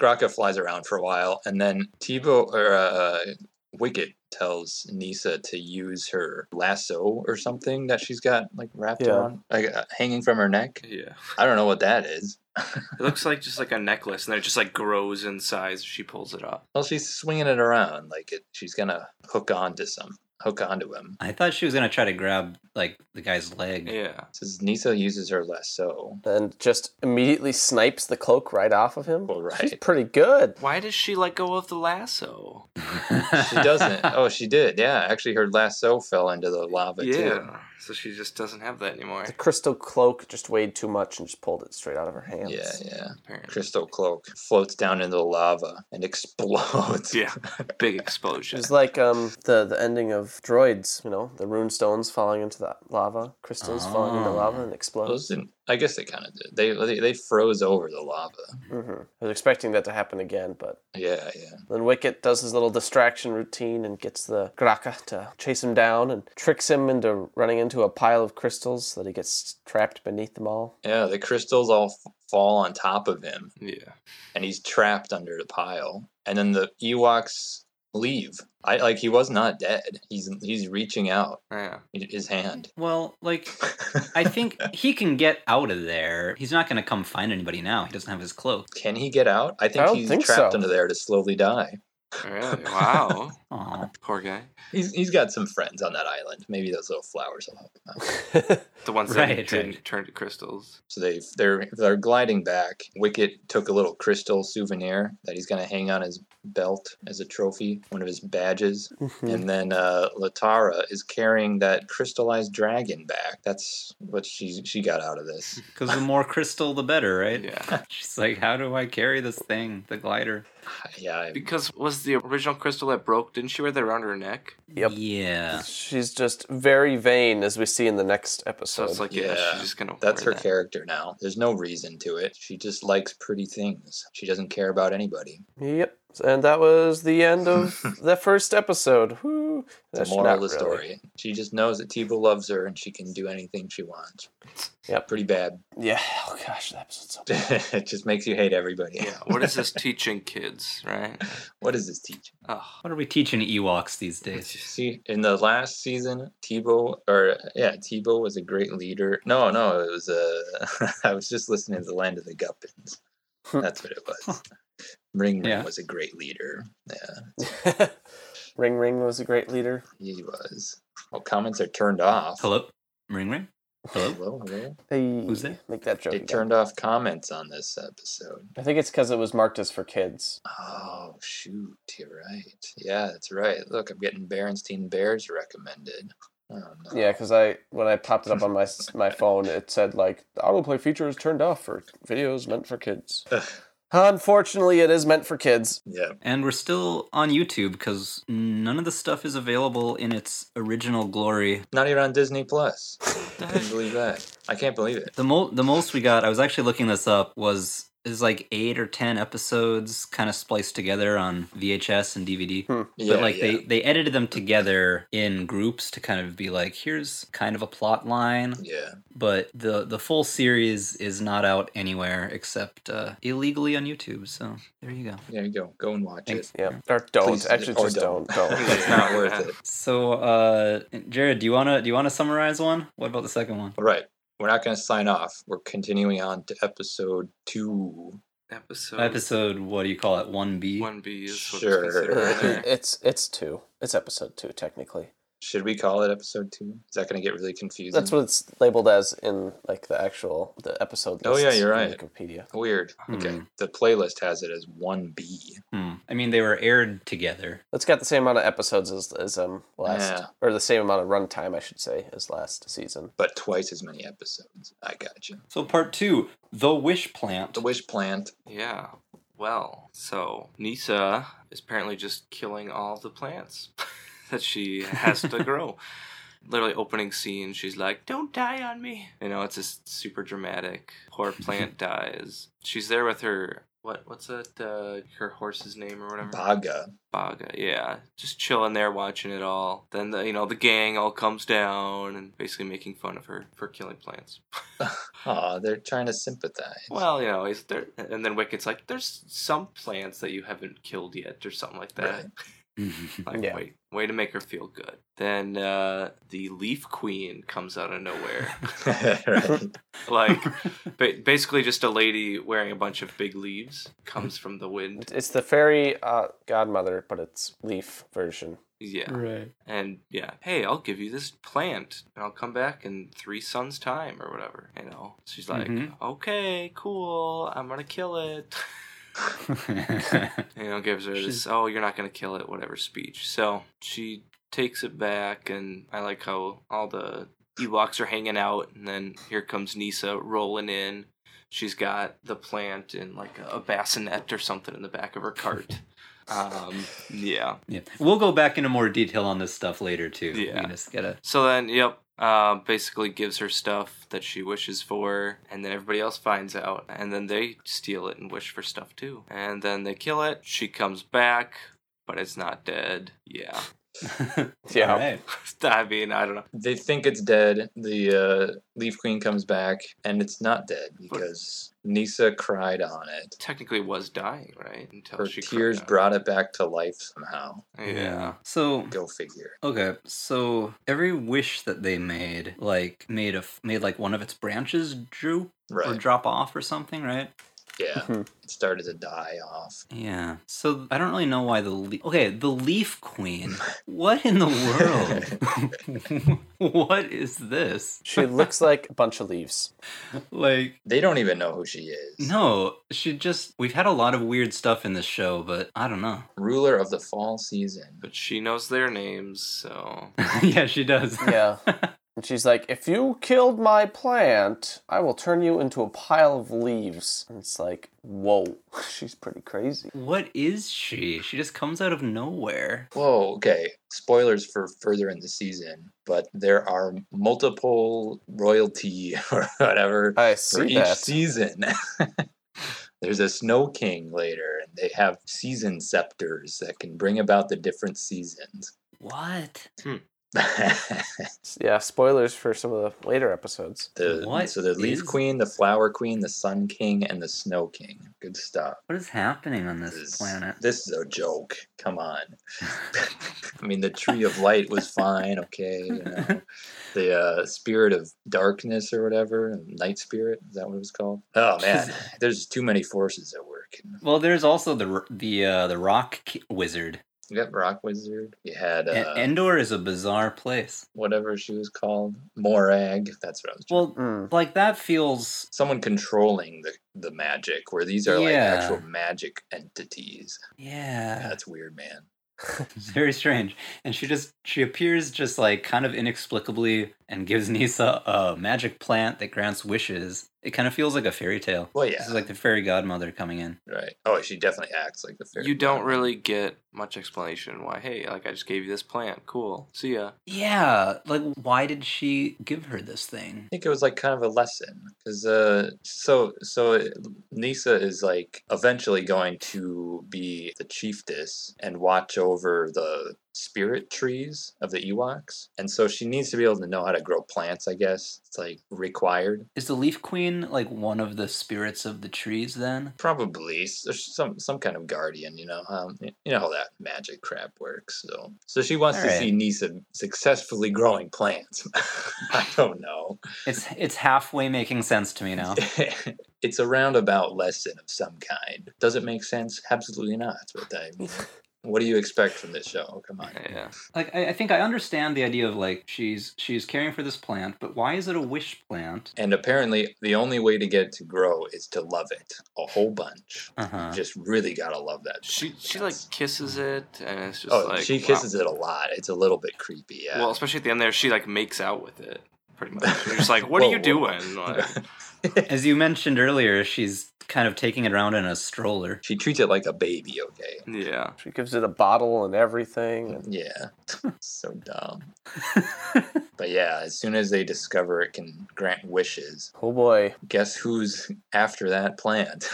[SPEAKER 1] Graka flies around for a while, and then Tebow or uh, Wicket tells Nisa to use her lasso or something that she's got like wrapped
[SPEAKER 3] Yeah.
[SPEAKER 1] around, like uh, hanging from her neck.
[SPEAKER 2] Yeah.
[SPEAKER 1] I don't know what that is.
[SPEAKER 2] It looks like just like a necklace, and then it just like grows in size as she pulls it up.
[SPEAKER 1] Well, she's swinging it around like it, she's gonna hook onto some, hook onto him.
[SPEAKER 4] I thought she was gonna try to grab like the guy's leg.
[SPEAKER 2] Yeah.
[SPEAKER 1] Says Nisa uses her lasso.
[SPEAKER 3] and just immediately snipes the cloak right off of him.
[SPEAKER 1] Well, right.
[SPEAKER 3] She's pretty good.
[SPEAKER 2] Why does she let go of the lasso?
[SPEAKER 1] She doesn't. oh, she did. Yeah, actually, her lasso fell into the lava too.
[SPEAKER 2] yeah. So she just doesn't have that anymore.
[SPEAKER 3] The crystal cloak just weighed too much and just pulled it straight out of her hands.
[SPEAKER 1] Yeah, yeah.
[SPEAKER 2] Apparently.
[SPEAKER 1] Crystal cloak floats down into the lava and explodes.
[SPEAKER 2] Yeah. Big
[SPEAKER 3] It
[SPEAKER 2] explosion.
[SPEAKER 3] was like um, the the ending of Droids, you know, the rune stones falling into the lava, crystals falling into
[SPEAKER 4] Oh.
[SPEAKER 3] lava and explode.
[SPEAKER 1] Those didn't. I guess they kind of did. They, they they froze over the lava.
[SPEAKER 3] hmm I was expecting that to happen again, but
[SPEAKER 1] Yeah, yeah.
[SPEAKER 3] then Wicket does his little distraction routine and gets the Graka to chase him down and tricks him into running into a pile of crystals so that he gets trapped beneath them all.
[SPEAKER 1] Yeah, the crystals all f- fall on top of him,
[SPEAKER 2] Yeah.
[SPEAKER 1] and he's trapped under the pile. And then the Ewoks leave. I like he was not dead. He's he's reaching out
[SPEAKER 2] Yeah.
[SPEAKER 1] i- his hand.
[SPEAKER 4] Well, like I think he can get out of there. He's not gonna come find anybody now. He doesn't have his cloak.
[SPEAKER 1] Can he get out? I think
[SPEAKER 3] don't
[SPEAKER 1] he's
[SPEAKER 3] think
[SPEAKER 1] trapped
[SPEAKER 3] so.
[SPEAKER 1] under there to slowly die.
[SPEAKER 2] Really? Wow.
[SPEAKER 4] Aw.
[SPEAKER 2] Poor guy.
[SPEAKER 1] He's he's got some friends on that island. Maybe those little flowers will help him out.
[SPEAKER 2] The ones that
[SPEAKER 4] Right,
[SPEAKER 2] didn't
[SPEAKER 4] right.
[SPEAKER 2] turn to crystals.
[SPEAKER 1] So they they're they're gliding back. Wicket took a little crystal souvenir that he's gonna hang on his belt as a trophy, one of his badges.
[SPEAKER 3] Mm-hmm.
[SPEAKER 1] And then uh, Latara is carrying that crystallized dragon back. That's what she she got out of this.
[SPEAKER 4] Because the more crystal, the better, right?
[SPEAKER 2] Yeah.
[SPEAKER 4] She's like, how do I carry this thing, the glider?
[SPEAKER 1] Yeah, I,
[SPEAKER 2] Because was the original crystal that broke? Didn't she wear that around her neck?
[SPEAKER 3] Yep.
[SPEAKER 4] Yeah.
[SPEAKER 3] She's just very vain, as we see in the next
[SPEAKER 2] So
[SPEAKER 3] episode.
[SPEAKER 2] it's like, yeah,
[SPEAKER 1] Yeah.
[SPEAKER 2] she's just gonna.
[SPEAKER 1] that's her
[SPEAKER 2] wear that.
[SPEAKER 1] character now. There's no reason to it. She just likes pretty things. She doesn't care about anybody.
[SPEAKER 3] Yep. And that was the end of the first episode. Woo.
[SPEAKER 1] The
[SPEAKER 3] That's
[SPEAKER 1] moral
[SPEAKER 3] not
[SPEAKER 1] of the
[SPEAKER 3] really.
[SPEAKER 1] story. She just knows that Tebow loves her and she can do anything she wants.
[SPEAKER 3] Yep.
[SPEAKER 1] Pretty bad.
[SPEAKER 3] Yeah. Oh gosh, that episode's so bad.
[SPEAKER 1] it just makes you hate everybody.
[SPEAKER 2] Yeah. What is this teaching kids, right?
[SPEAKER 1] What is this teach?
[SPEAKER 2] Oh,
[SPEAKER 4] What are we teaching Ewoks these days?
[SPEAKER 1] See, in the last season, Tebow or yeah, Tebow was a great leader. No, no, it was uh, I was just listening to the Land of the Guppins. That's what it was. Ring Ring
[SPEAKER 4] Yeah.
[SPEAKER 1] was a great leader. Yeah,
[SPEAKER 3] Ring Ring was a great leader.
[SPEAKER 1] he was. Oh, comments are turned off.
[SPEAKER 4] Hello? Ring ring? Hello?
[SPEAKER 1] hello, hello.
[SPEAKER 3] Hey,
[SPEAKER 4] Who's that?
[SPEAKER 3] Make that joke.
[SPEAKER 1] They
[SPEAKER 3] again.
[SPEAKER 1] turned off comments on this episode.
[SPEAKER 3] I think it's because it was marked as for kids.
[SPEAKER 1] Oh shoot, you're right. Yeah, that's right. Look, I'm getting Berenstein Bears recommended. Oh no.
[SPEAKER 3] Yeah, because I when I popped it up on my s- my phone, it said like the autoplay feature is turned off for videos meant for kids. Unfortunately, it is meant for kids.
[SPEAKER 1] Yeah.
[SPEAKER 4] And we're still on YouTube because none of the stuff is available in its original glory.
[SPEAKER 1] Not even on Disney Plus. I can't believe that. I can't believe it.
[SPEAKER 4] The mo- the most we got, I was actually looking this up, was is like eight or ten episodes kind of spliced together on VHS and DVD.
[SPEAKER 1] Yeah,
[SPEAKER 4] but like
[SPEAKER 1] yeah.
[SPEAKER 4] they they edited them together in groups to kind of be like, here's kind of a plot line.
[SPEAKER 1] Yeah.
[SPEAKER 4] But the the full series is not out anywhere except uh, illegally on YouTube. So there you go.
[SPEAKER 1] There you go. Go and watch
[SPEAKER 4] Thanks.
[SPEAKER 1] it.
[SPEAKER 3] Yeah, or don't.
[SPEAKER 1] Please,
[SPEAKER 3] Actually,
[SPEAKER 1] or
[SPEAKER 3] just don't. Don't.
[SPEAKER 1] it's not worth it.
[SPEAKER 4] So uh, Jared, do you wanna do you wanna summarize one? What about the second one?
[SPEAKER 1] All right. We're not going to sign off. We're continuing on to episode two.
[SPEAKER 2] episode.
[SPEAKER 4] Episode what do you call it? One B.
[SPEAKER 2] One B is what's
[SPEAKER 1] Sure.
[SPEAKER 2] considered in there.
[SPEAKER 3] it's it's two. It's episode two technically.
[SPEAKER 1] Should we call it episode two? Is that going to get really confusing?
[SPEAKER 3] That's what it's labeled as in like the actual the episode.
[SPEAKER 1] Oh, yeah,
[SPEAKER 3] lists
[SPEAKER 1] you're
[SPEAKER 3] in
[SPEAKER 1] right.
[SPEAKER 3] Wikipedia.
[SPEAKER 1] Weird. Okay.
[SPEAKER 4] Hmm.
[SPEAKER 1] The playlist has it as 1B.
[SPEAKER 4] Hmm. I mean, they were aired together.
[SPEAKER 3] It's got the same amount of episodes as as um last,
[SPEAKER 1] Yeah.
[SPEAKER 3] or the same amount of runtime, I should say, as last season.
[SPEAKER 1] But twice as many episodes. I got you.
[SPEAKER 4] So part two, the wish plant.
[SPEAKER 1] The Wish Plant.
[SPEAKER 2] Yeah. Well, so Nisa is apparently just killing all the plants that she has to grow. Literally, opening scene, she's like, "Don't die on me." You know, it's just super dramatic. Poor plant dies. She's there with her. What? What's that? Uh, her horse's name or whatever.
[SPEAKER 1] Baga.
[SPEAKER 2] Baga, yeah, just chilling there watching it all. Then the you know the gang all comes down and basically making fun of her for killing plants.
[SPEAKER 1] Aw, they're trying to sympathize.
[SPEAKER 2] Well, you know, is there? And then Wicket's like, "There's some plants that you haven't killed yet, or something like that." Like,
[SPEAKER 3] Yeah.
[SPEAKER 2] wait, way to make her feel good. Then uh, the Leaf Queen comes out of nowhere.
[SPEAKER 1] Right.
[SPEAKER 2] like, ba- basically, just a lady wearing a bunch of big leaves comes from the wind.
[SPEAKER 3] It's the fairy uh, godmother, but it's leaf version.
[SPEAKER 2] Yeah.
[SPEAKER 4] right.
[SPEAKER 2] And yeah, hey, I'll give you this plant and I'll come back in three suns' time or whatever. You know, she's like,
[SPEAKER 4] Mhm.
[SPEAKER 2] okay, cool, I'm gonna kill it. you know, gives her this,
[SPEAKER 4] She's-
[SPEAKER 2] oh, you're not going to kill it, whatever speech. So she takes it back, and I like how all the Ewoks are hanging out, and then here comes Nisa rolling in. She's got the plant in like a bassinet or something in the back of her cart. Um, yeah.
[SPEAKER 4] yeah. We'll go back into more detail on this stuff later too.
[SPEAKER 2] Yeah.
[SPEAKER 4] We just gotta
[SPEAKER 2] So then, yep, uh, basically gives her stuff that she wishes for, and then everybody else finds out, and then they steal it and wish for stuff too. And then they kill it. She comes back, but it's not dead. Yeah.
[SPEAKER 3] Yeah.
[SPEAKER 4] All right.
[SPEAKER 2] I mean, I don't know.
[SPEAKER 1] they think it's dead. The uh, Leaf Queen comes back, and it's not dead because Nisa cried on it.
[SPEAKER 2] Technically, was dying right until
[SPEAKER 1] Her
[SPEAKER 2] Oh, she
[SPEAKER 1] tears
[SPEAKER 2] cried
[SPEAKER 1] brought it back to life somehow.
[SPEAKER 2] out. Yeah.
[SPEAKER 4] So
[SPEAKER 1] Go figure.
[SPEAKER 4] okay, so every wish that they made, like made a f- made like one of its branches droop or
[SPEAKER 1] Right.
[SPEAKER 4] drop off or something, right?
[SPEAKER 1] Yeah.
[SPEAKER 3] Mhm.
[SPEAKER 1] It started to die off.
[SPEAKER 4] Yeah. So I don't really know why the le- okay the leaf queen. What in the world? what is this?
[SPEAKER 3] She looks like a bunch of leaves.
[SPEAKER 4] Like
[SPEAKER 1] They don't even know who she is.
[SPEAKER 4] no, she just. We've had a lot of weird stuff in this show, but I don't know.
[SPEAKER 1] Ruler of the fall season.
[SPEAKER 2] But she knows their names, so
[SPEAKER 4] yeah, she does.
[SPEAKER 3] Yeah. And she's like, if you killed my plant, I will turn you into a pile of leaves. And it's like, whoa, she's pretty crazy.
[SPEAKER 4] What is she? She just comes out of nowhere.
[SPEAKER 1] Whoa, okay. Spoilers for further in the season, but there are multiple royalty or whatever
[SPEAKER 3] I
[SPEAKER 1] for
[SPEAKER 3] see
[SPEAKER 1] each
[SPEAKER 3] that.
[SPEAKER 1] season. There's a snow king later, and they have season scepters that can bring about the different seasons.
[SPEAKER 4] What?
[SPEAKER 3] Yeah, spoilers for some of the later episodes.
[SPEAKER 1] the,
[SPEAKER 4] What
[SPEAKER 1] so the leaf
[SPEAKER 4] is-
[SPEAKER 1] queen, the flower queen, the sun king, and the snow king. Good stuff.
[SPEAKER 4] What is happening on this
[SPEAKER 1] is-
[SPEAKER 4] planet?
[SPEAKER 1] This is a joke. Come on. I mean, the tree of light was fine. Okay, you know, the uh, spirit of darkness or whatever, night spirit. Is that what it was called? Oh man, there's too many forces at work.
[SPEAKER 4] Well, there's also the r- the uh, the rock ki- wizard.
[SPEAKER 1] You got rock wizard. You had uh,
[SPEAKER 4] E- Endor is a bizarre place.
[SPEAKER 1] whatever she was called, Morag. That's what I was.
[SPEAKER 4] Well,
[SPEAKER 3] Mm.
[SPEAKER 4] like that feels
[SPEAKER 1] Someone controlling the the magic, where these are like
[SPEAKER 4] Yeah.
[SPEAKER 1] actual magic entities.
[SPEAKER 4] yeah.
[SPEAKER 1] That's weird, man.
[SPEAKER 4] It's very strange. And she just she appears just like kind of inexplicably and gives Nisa a magic plant that grants wishes. It kind of feels like a fairy tale.
[SPEAKER 1] Well, yeah.
[SPEAKER 4] This is like the fairy godmother coming in.
[SPEAKER 1] Right. Oh, she definitely acts like the fairy.
[SPEAKER 2] you don't
[SPEAKER 1] godmother.
[SPEAKER 2] really get much explanation why. Hey, like I just gave you this plant. Cool. See ya.
[SPEAKER 4] Yeah, like why did she give her this thing?
[SPEAKER 1] I think it was like kind of a lesson because uh, so so it- Nisa is like eventually going to be the chiefess and watch over the spirit trees of the Ewoks, and so she needs to be able to know how to grow plants. I guess it's like required,
[SPEAKER 4] Is the leaf queen like one of the spirits of the trees then?
[SPEAKER 1] probably s- there's some some kind of guardian. You know, um, y- you know how that magic crap works. So so she wants to
[SPEAKER 4] Alright.
[SPEAKER 1] see Nisa successfully growing plants. I don't know.
[SPEAKER 4] It's it's halfway making sense to me now.
[SPEAKER 1] it's a roundabout lesson of some kind. Does it make sense? Absolutely not. But I mean, what do you expect from this show? Oh, Come on.
[SPEAKER 2] Yeah.
[SPEAKER 4] Like I, I think I understand the idea of like she's she's caring for this plant, but why is it a wish plant?
[SPEAKER 1] And apparently, the only way to get it to grow is to love it a whole bunch.
[SPEAKER 4] Uh-huh.
[SPEAKER 1] Just really gotta love that.
[SPEAKER 2] She
[SPEAKER 1] plant.
[SPEAKER 2] she like
[SPEAKER 1] That's-
[SPEAKER 2] kisses it, and it's just
[SPEAKER 1] oh,
[SPEAKER 2] like
[SPEAKER 1] she
[SPEAKER 2] wow.
[SPEAKER 1] kisses it a lot. It's a little bit creepy. Yeah.
[SPEAKER 2] Well, especially at the end there, she like makes out with it. Pretty much. You're just like, what are
[SPEAKER 1] Whoa,
[SPEAKER 2] you
[SPEAKER 1] whoa.
[SPEAKER 2] doing? Like,
[SPEAKER 4] As you mentioned earlier, she's kind of taking it around in a stroller.
[SPEAKER 1] she treats it like a baby. Okay.
[SPEAKER 2] yeah.
[SPEAKER 3] She gives it a bottle and everything. And
[SPEAKER 1] Yeah. so dumb. But yeah, as soon as they discover it can grant wishes,
[SPEAKER 3] oh boy,
[SPEAKER 1] guess who's after that plant?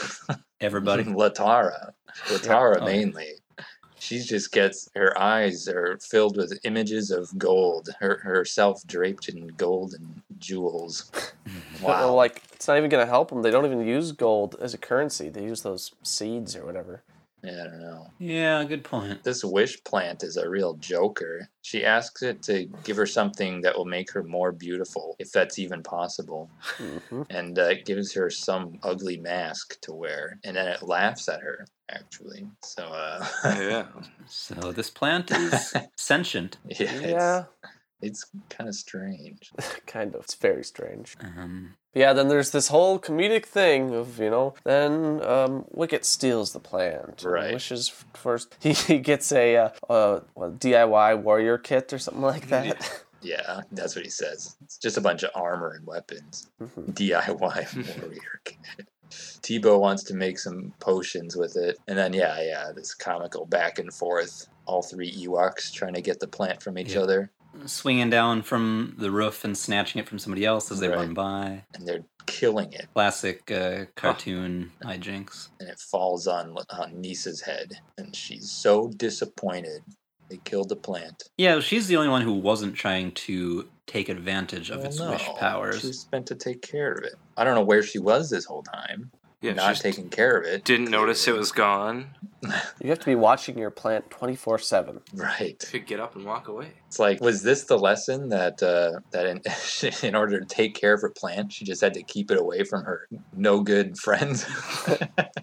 [SPEAKER 1] Mm-hmm.
[SPEAKER 4] Everybody.
[SPEAKER 1] Latara. Latara
[SPEAKER 4] Oh, yeah.
[SPEAKER 1] mainly. She just gets her eyes are filled with images of gold. Her herself draped in gold and jewels.
[SPEAKER 3] But, uh, well,
[SPEAKER 1] Wow.
[SPEAKER 3] like it's not even gonna help them. They don't even use gold as a currency. They use those seeds or whatever.
[SPEAKER 1] Yeah, I don't know.
[SPEAKER 4] Yeah, good point.
[SPEAKER 1] This wish plant is a real joker. She asks it to give her something that will make her more beautiful, if that's even possible.
[SPEAKER 3] hmm
[SPEAKER 1] And uh, it gives her some ugly mask to wear. And then it laughs at her, actually. So, uh,
[SPEAKER 2] Yeah.
[SPEAKER 4] So this plant is sentient.
[SPEAKER 1] yeah,
[SPEAKER 3] yeah,
[SPEAKER 1] it's, it's kind of strange.
[SPEAKER 3] kind of. It's very strange.
[SPEAKER 4] Um,
[SPEAKER 3] Yeah, then there's this whole comedic thing of, you know, then um, Wicket steals the plant. and
[SPEAKER 1] Right.
[SPEAKER 3] Wishes f- first. He, he gets a, uh, uh, what, DIY warrior kit or something like that.
[SPEAKER 1] Yeah, that's what he says. It's just a bunch of armor and weapons.
[SPEAKER 3] Mm-hmm.
[SPEAKER 1] DIY warrior kid. Tebow wants to make some potions with it. And then, yeah, yeah, this comical back and forth. All three Ewoks trying to get the plant from each
[SPEAKER 4] Yeah.
[SPEAKER 1] other.
[SPEAKER 4] swinging down from the roof and snatching it from somebody else as they
[SPEAKER 1] Right.
[SPEAKER 4] run by.
[SPEAKER 1] And they're killing it.
[SPEAKER 4] Classic uh, cartoon hijinks.
[SPEAKER 1] And it falls on, on Nisa's head. And she's so disappointed. They killed the plant.
[SPEAKER 4] Yeah, she's the only one who wasn't trying to take advantage of its
[SPEAKER 1] Well,
[SPEAKER 4] wish
[SPEAKER 1] no,
[SPEAKER 4] powers.
[SPEAKER 1] She's meant to take care of it. I don't know where she was this whole time.
[SPEAKER 2] Yeah.
[SPEAKER 1] not
[SPEAKER 2] she
[SPEAKER 1] taking care of it.
[SPEAKER 2] didn't notice it
[SPEAKER 1] clearly.
[SPEAKER 2] was gone.
[SPEAKER 3] you have to be watching your plant 24 7.
[SPEAKER 1] Right.
[SPEAKER 2] Could get up and walk away.
[SPEAKER 1] It's like, was this the lesson that uh, that in, in order to take care of her plant, she just had to keep it away from her no good friends?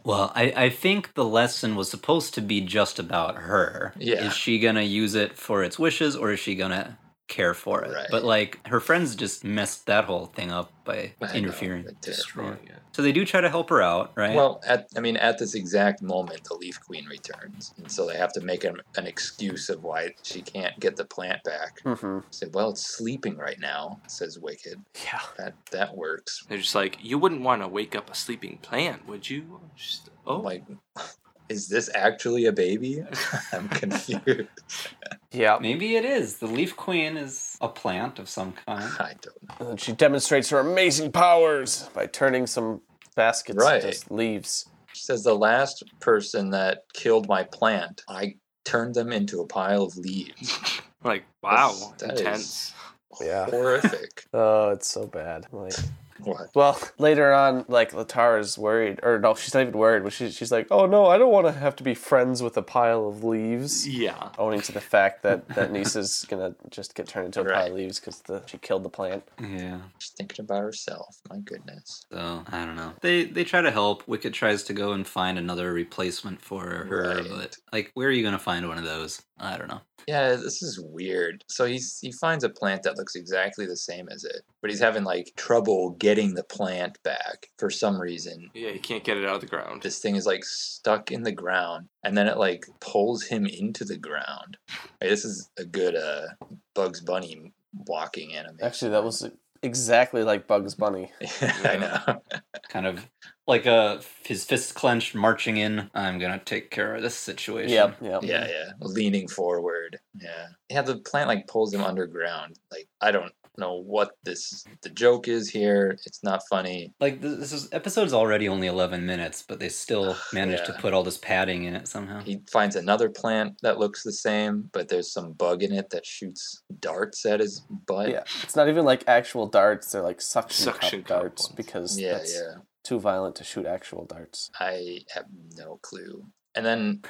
[SPEAKER 4] Well, I, I think the lesson was supposed to be just about her.
[SPEAKER 1] Yeah.
[SPEAKER 4] Is she gonna use it for its wishes or is she gonna care for it?
[SPEAKER 1] Right.
[SPEAKER 4] But like her friends just messed that whole thing up by
[SPEAKER 1] I know,
[SPEAKER 4] interfering.
[SPEAKER 1] but they're-
[SPEAKER 2] Destroying it.
[SPEAKER 4] So they do try to help her out, right?
[SPEAKER 1] Well, at I mean, at this exact moment, the Leaf Queen returns, and so they have to make an, an excuse of why she can't get the plant back.
[SPEAKER 3] Mm-hmm.
[SPEAKER 1] Said, "Well, it's sleeping right now," says Wicked.
[SPEAKER 3] Yeah.
[SPEAKER 1] That that works.
[SPEAKER 2] They're just like, you wouldn't want to wake up a sleeping plant, would you? Just- oh,
[SPEAKER 1] I'm like, is this actually a baby? I'm confused.
[SPEAKER 3] Yeah.
[SPEAKER 4] Maybe it is. The leaf queen is a plant of some kind.
[SPEAKER 1] I don't know.
[SPEAKER 3] And she demonstrates her amazing powers by turning some baskets
[SPEAKER 1] Right.
[SPEAKER 3] into leaves.
[SPEAKER 1] She says the last person that killed my plant, I turned them into a pile of leaves.
[SPEAKER 2] like wow,
[SPEAKER 1] That's- that is-
[SPEAKER 2] intense.
[SPEAKER 3] Yeah.
[SPEAKER 1] Horrific.
[SPEAKER 3] Oh, it's so bad. Like,
[SPEAKER 1] What?
[SPEAKER 3] well, later on, like Latara's worried, or no, she's not even worried. But she, she's like, "Oh no, I don't want to have to be friends with a pile of leaves."
[SPEAKER 2] Yeah.
[SPEAKER 3] Owning to the fact that that Nisa's gonna just get turned into a pile
[SPEAKER 1] Right.
[SPEAKER 3] of leaves because she killed the plant.
[SPEAKER 4] Yeah.
[SPEAKER 1] She's thinking about herself. My goodness.
[SPEAKER 4] So I don't know. They they try to help. Wicket tries to go and find another replacement for her,
[SPEAKER 1] Right.
[SPEAKER 4] but like where are you gonna find one of those? I don't know.
[SPEAKER 1] Yeah, this is weird. So he's he finds a plant that looks exactly the same as it, but he's having like trouble getting the plant back for some reason.
[SPEAKER 2] Yeah, you can't get it out of the ground.
[SPEAKER 1] This thing is like stuck in the ground, and then it like pulls him into the ground. Hey, this is a good uh Bugs Bunny walking animation.
[SPEAKER 3] Actually, that was exactly like Bugs Bunny.
[SPEAKER 1] I know.
[SPEAKER 4] kind of like a his fists clenched, marching in. I'm gonna take care of this situation.
[SPEAKER 3] Yep, yep.
[SPEAKER 1] Yeah, yeah. Leaning forward. Yeah. Yeah, the plant like pulls him underground. Like I don't know what this the joke is here. It's not funny.
[SPEAKER 4] Like th- this is episode's already only 11 minutes, but they still managed to
[SPEAKER 1] Yeah.
[SPEAKER 4] put all this padding in it somehow.
[SPEAKER 1] He
[SPEAKER 3] Mm-hmm.
[SPEAKER 1] finds another plant that looks the same, but there's some bug in it that shoots darts at his butt.
[SPEAKER 3] Yeah, it's not even like actual darts; they're like suction,
[SPEAKER 2] Suction
[SPEAKER 3] cup
[SPEAKER 2] cup
[SPEAKER 3] darts
[SPEAKER 2] ones.
[SPEAKER 3] because
[SPEAKER 1] Yeah,
[SPEAKER 3] that's
[SPEAKER 1] yeah.
[SPEAKER 3] too violent to shoot actual darts.
[SPEAKER 1] I have no clue. And then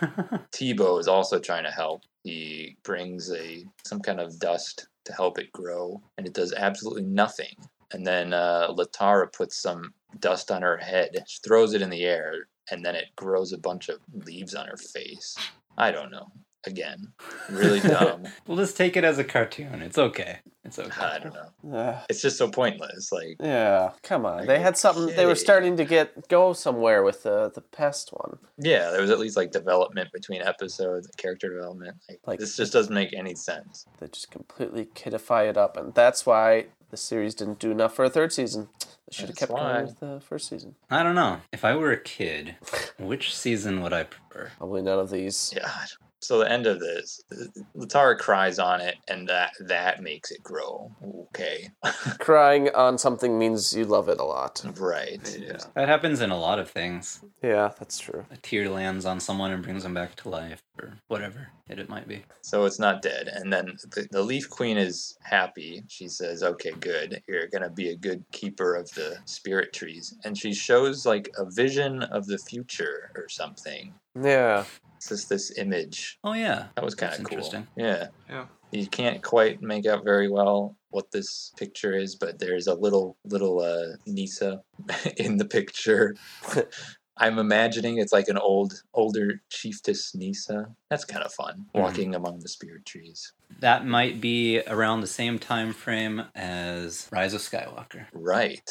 [SPEAKER 1] Tebow is also trying to help. He brings a some kind of dust to help it grow, and it does absolutely nothing. And then uh, Latara puts some dust on her head, she throws it in the air, and then it grows a bunch of leaves on her face. I don't know. Again, really dumb.
[SPEAKER 4] we'll just take it as a cartoon. It's okay. It's okay.
[SPEAKER 1] I don't know.
[SPEAKER 3] Ugh.
[SPEAKER 1] It's just so pointless. Like,
[SPEAKER 3] Yeah, come
[SPEAKER 1] Are
[SPEAKER 3] on. They
[SPEAKER 1] you
[SPEAKER 3] had something. They were
[SPEAKER 1] kidding?
[SPEAKER 3] starting to get go somewhere with the the pest one.
[SPEAKER 1] yeah, there was at least like development between episodes, character development. Like,
[SPEAKER 3] Like-
[SPEAKER 1] this just doesn't make any sense.
[SPEAKER 3] They just completely kidify it up, and that's why the series didn't do enough for a third season. They should have
[SPEAKER 1] That's
[SPEAKER 3] kept
[SPEAKER 1] why.
[SPEAKER 3] going with the first season.
[SPEAKER 4] I don't know. If I were a kid, which season would I prefer?
[SPEAKER 3] Probably none of these.
[SPEAKER 1] Yeah. I don't- So the end of this, Latara cries on it, and that that makes it grow. Okay.
[SPEAKER 3] Crying on something means you love it a lot.
[SPEAKER 1] Right.
[SPEAKER 2] Yeah.
[SPEAKER 4] That happens in a lot of things.
[SPEAKER 3] Yeah, that's true.
[SPEAKER 4] A tear lands on someone and brings them back to life, or whatever it, it might be.
[SPEAKER 1] So it's not dead. And then the, the Leaf Queen is happy. She says, "Okay, good. You're gonna be a good keeper of the spirit trees." And she shows like a vision of the future or something.
[SPEAKER 3] Yeah,
[SPEAKER 1] just this image.
[SPEAKER 4] Oh yeah,
[SPEAKER 1] That was kind
[SPEAKER 4] That's
[SPEAKER 1] of cool.
[SPEAKER 4] interesting.
[SPEAKER 1] Yeah.
[SPEAKER 2] Yeah.
[SPEAKER 1] You can't quite make out very well what this picture is, but there's a little little uh, Nisa in the picture. I'm imagining it's like an old older chiefess Nisa. That's kind of fun.
[SPEAKER 4] Hmm.
[SPEAKER 1] Walking among the spirit trees.
[SPEAKER 4] that might be around the same time frame as Rise of Skywalker.
[SPEAKER 1] Right.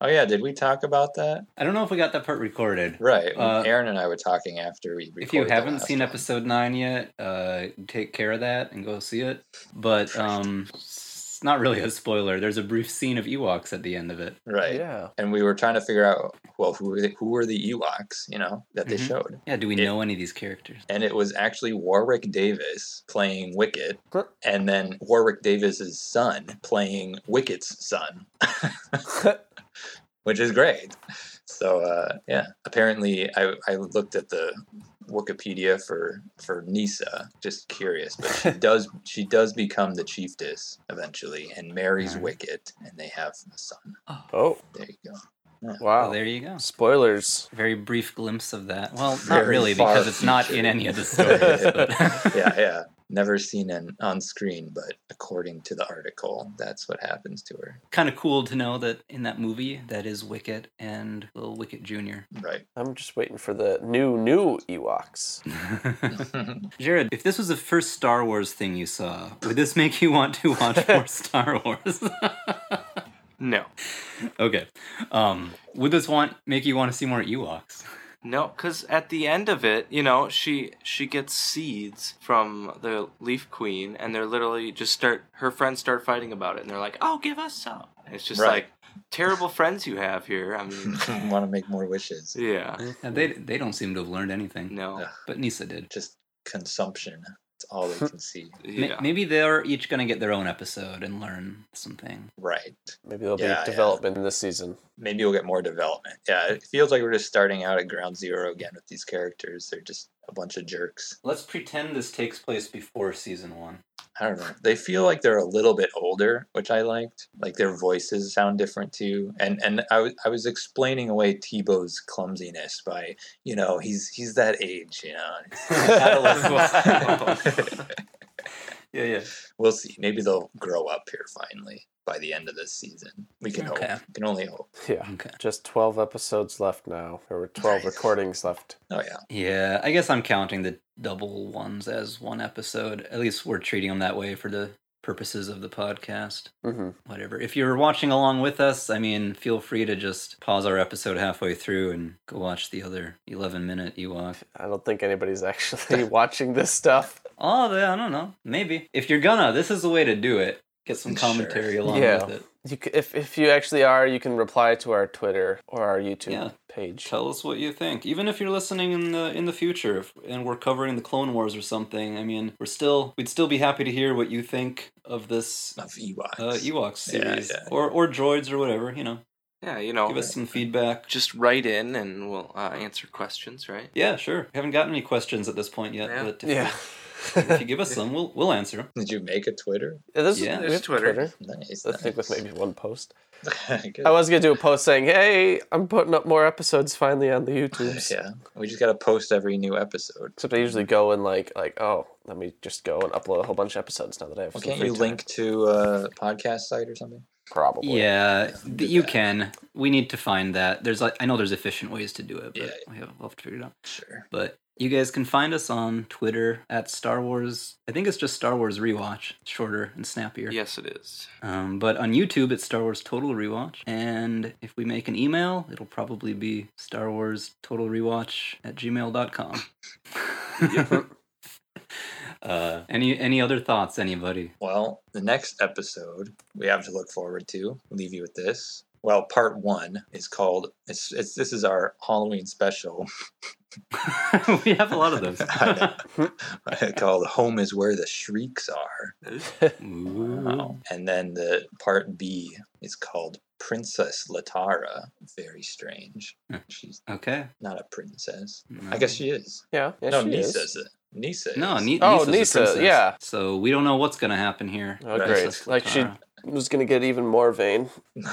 [SPEAKER 1] Oh yeah, did we talk about that?
[SPEAKER 4] I don't know if we got that part recorded.
[SPEAKER 1] Right.
[SPEAKER 4] Uh,
[SPEAKER 1] Aaron and I were talking after we recorded
[SPEAKER 4] if you
[SPEAKER 1] the
[SPEAKER 4] haven't
[SPEAKER 1] last
[SPEAKER 4] seen
[SPEAKER 1] one.
[SPEAKER 4] episode 9 yet uh take care of that and go see it but um it's not really a spoiler there's a brief scene of ewoks at the end of it
[SPEAKER 1] Right.
[SPEAKER 3] Yeah.
[SPEAKER 1] And we were trying to figure out well who were the, who were the Ewoks, you know, that they
[SPEAKER 4] Mhm.
[SPEAKER 1] showed.
[SPEAKER 4] yeah do we
[SPEAKER 1] It-
[SPEAKER 4] know any of these characters
[SPEAKER 1] and it was actually Warwick Davis playing Wicket,
[SPEAKER 3] Huh.
[SPEAKER 1] and then Warwick Davis's son playing Wicket's son, which is great. So uh, yeah, apparently I, I looked at the Wikipedia for for Nisa, just curious, but she does she does become the chiefess eventually and marries
[SPEAKER 4] Alright.
[SPEAKER 1] Wicket, and they have a son.
[SPEAKER 3] oh,
[SPEAKER 1] There you go.
[SPEAKER 4] oh
[SPEAKER 3] wow.
[SPEAKER 4] there you go
[SPEAKER 3] Spoilers.
[SPEAKER 4] very brief glimpse of that well not
[SPEAKER 1] Very
[SPEAKER 4] really
[SPEAKER 1] far
[SPEAKER 4] because it's not in
[SPEAKER 1] future.
[SPEAKER 4] any of the stories but
[SPEAKER 1] yeah, yeah. Never seen an on screen, but according to the article, that's what happens to her.
[SPEAKER 4] kind of cool to know that in that movie that is wicket and little wicket junior
[SPEAKER 1] Right.
[SPEAKER 3] I'm just waiting for the new, new Ewoks.
[SPEAKER 4] Jared, if this was the first Star Wars thing you saw, would this make you want to watch more Star Wars?
[SPEAKER 2] No.
[SPEAKER 4] Okay. Um, would this want make you want to see more Ewoks?
[SPEAKER 2] No, because at the end of it, you know, she she gets seeds from the Leaf Queen, and they're literally just start. Her friends start fighting about it, and they're like, "Oh, give us some." And it's just
[SPEAKER 1] Right.
[SPEAKER 2] like terrible friends you have here. I mean,
[SPEAKER 1] want to make more wishes.
[SPEAKER 2] yeah,
[SPEAKER 4] Yeah, Uh, they they don't seem to have learned anything.
[SPEAKER 2] no,
[SPEAKER 1] Yeah.
[SPEAKER 4] But Nisa did.
[SPEAKER 1] Just consumption. It's all they can see.
[SPEAKER 4] Ma-
[SPEAKER 2] yeah,
[SPEAKER 4] Maybe they're each gonna get their own episode and learn something.
[SPEAKER 1] Right.
[SPEAKER 3] Maybe there'll
[SPEAKER 1] Yeah, yeah.
[SPEAKER 3] be development this season.
[SPEAKER 1] Maybe we'll get more development. Yeah, it feels like we're just starting out at ground zero again with these characters. They're just a bunch of jerks.
[SPEAKER 4] Let's pretend this takes place before season one.
[SPEAKER 1] I don't know. They feel like they're a little bit older, which I liked. Like their voices sound different too. And and I was I was explaining away Tebow's clumsiness by you know he's he's that age, you know.
[SPEAKER 4] Yeah, yeah.
[SPEAKER 1] we'll see. Maybe they'll grow up here finally by the end of this season. We can
[SPEAKER 4] Okay.
[SPEAKER 1] hope. We can only hope.
[SPEAKER 3] Yeah.
[SPEAKER 4] Okay.
[SPEAKER 3] Just 12 episodes left now. There were 12
[SPEAKER 1] Nice.
[SPEAKER 3] recordings left.
[SPEAKER 1] Oh yeah.
[SPEAKER 4] Yeah, I guess I'm counting the double ones as one episode. At least we're treating them that way for the purposes of the podcast.
[SPEAKER 3] hmm
[SPEAKER 4] whatever. If you're watching along with us, I mean, feel free to just pause our episode halfway through and go watch the other 11 minute E Ewok.
[SPEAKER 3] I don't think anybody's actually watching this stuff.
[SPEAKER 4] Oh, yeah, I don't know. Maybe. If you're gonna, this is the way to do it. Get some
[SPEAKER 1] Sure.
[SPEAKER 4] commentary along
[SPEAKER 3] Yeah.
[SPEAKER 4] with it.
[SPEAKER 3] You c- if, if you actually are, you can reply to our Twitter or our YouTube
[SPEAKER 4] Yeah.
[SPEAKER 3] page.
[SPEAKER 4] Tell us what you think. Even if you're listening in the in the future if, and we're covering the Clone Wars or something, I mean, we're still we'd still be happy to hear what you think of this
[SPEAKER 1] Of Ewoks.
[SPEAKER 4] uh, Ewok series
[SPEAKER 1] yeah.
[SPEAKER 4] or or droids or whatever, you know.
[SPEAKER 2] yeah. You know,
[SPEAKER 4] Give us some feedback.
[SPEAKER 2] just write in, and we'll uh, answer questions, right?
[SPEAKER 4] Yeah, sure. We haven't gotten any questions at this point yet,
[SPEAKER 2] Yeah.
[SPEAKER 4] but if,
[SPEAKER 3] Yeah.
[SPEAKER 4] you, if you give us some, we'll we'll answer 'em.
[SPEAKER 1] Did you make a Twitter?
[SPEAKER 3] Yeah, this
[SPEAKER 4] Yeah.
[SPEAKER 3] is,
[SPEAKER 2] There's
[SPEAKER 3] we have
[SPEAKER 2] Twitter.
[SPEAKER 3] Twitter.
[SPEAKER 1] Nice.
[SPEAKER 3] I think with maybe one post.
[SPEAKER 1] maybe.
[SPEAKER 3] I was gonna do a post saying, "Hey, I'm putting up more episodes finally on the YouTube's."
[SPEAKER 1] Yeah, we just gotta post every new episode.
[SPEAKER 3] Except I usually go and like, like, oh, let me just go and upload a whole bunch of episodes now that I have.
[SPEAKER 1] Well,
[SPEAKER 3] some
[SPEAKER 1] can't
[SPEAKER 3] free
[SPEAKER 1] you
[SPEAKER 3] time.
[SPEAKER 1] link to a podcast site or something?
[SPEAKER 3] Probably.
[SPEAKER 4] Yeah,
[SPEAKER 1] do
[SPEAKER 4] th- you
[SPEAKER 1] that.
[SPEAKER 4] can. We need to find that. There's like I know there's efficient ways to do it, but
[SPEAKER 1] Yeah.
[SPEAKER 4] we have, we'll have to figure it out.
[SPEAKER 1] Sure.
[SPEAKER 4] But you guys can find us on Twitter at Star Wars. I think it's just Star Wars Rewatch. It's shorter and snappier.
[SPEAKER 2] Yes, it is.
[SPEAKER 4] Um, but on YouTube, it's Star Wars Total Rewatch. And if we make an email, it'll probably be Star Wars Total Rewatch at gmail.com. uh, any any other thoughts, anybody?
[SPEAKER 1] Well, the next episode we have to look forward to. Leave you with this. Well, part one is called. It's, it's this is our Halloween special
[SPEAKER 4] we have a lot of those.
[SPEAKER 1] I called "Home Is Where the Shrieks Are,"
[SPEAKER 4] Ooh.
[SPEAKER 1] Mm-hmm. and then the part B is called "Princess Latara." Very strange.
[SPEAKER 4] Hmm.
[SPEAKER 1] She's
[SPEAKER 4] Okay.
[SPEAKER 1] not a princess. I
[SPEAKER 4] No.
[SPEAKER 1] guess she is.
[SPEAKER 3] Yeah. yeah
[SPEAKER 1] no,
[SPEAKER 3] she is.
[SPEAKER 1] Nisa's. Is. Nisa. Is.
[SPEAKER 4] No, Ni-
[SPEAKER 3] Oh,
[SPEAKER 4] Nisa's a
[SPEAKER 3] Nisa,
[SPEAKER 4] princess.
[SPEAKER 3] yeah.
[SPEAKER 4] So we don't know what's gonna happen here. uh,
[SPEAKER 3] Oh,
[SPEAKER 1] Right.
[SPEAKER 3] great.
[SPEAKER 4] Princess
[SPEAKER 3] Like she
[SPEAKER 4] Latara.
[SPEAKER 3] was gonna get even more vain.
[SPEAKER 1] no.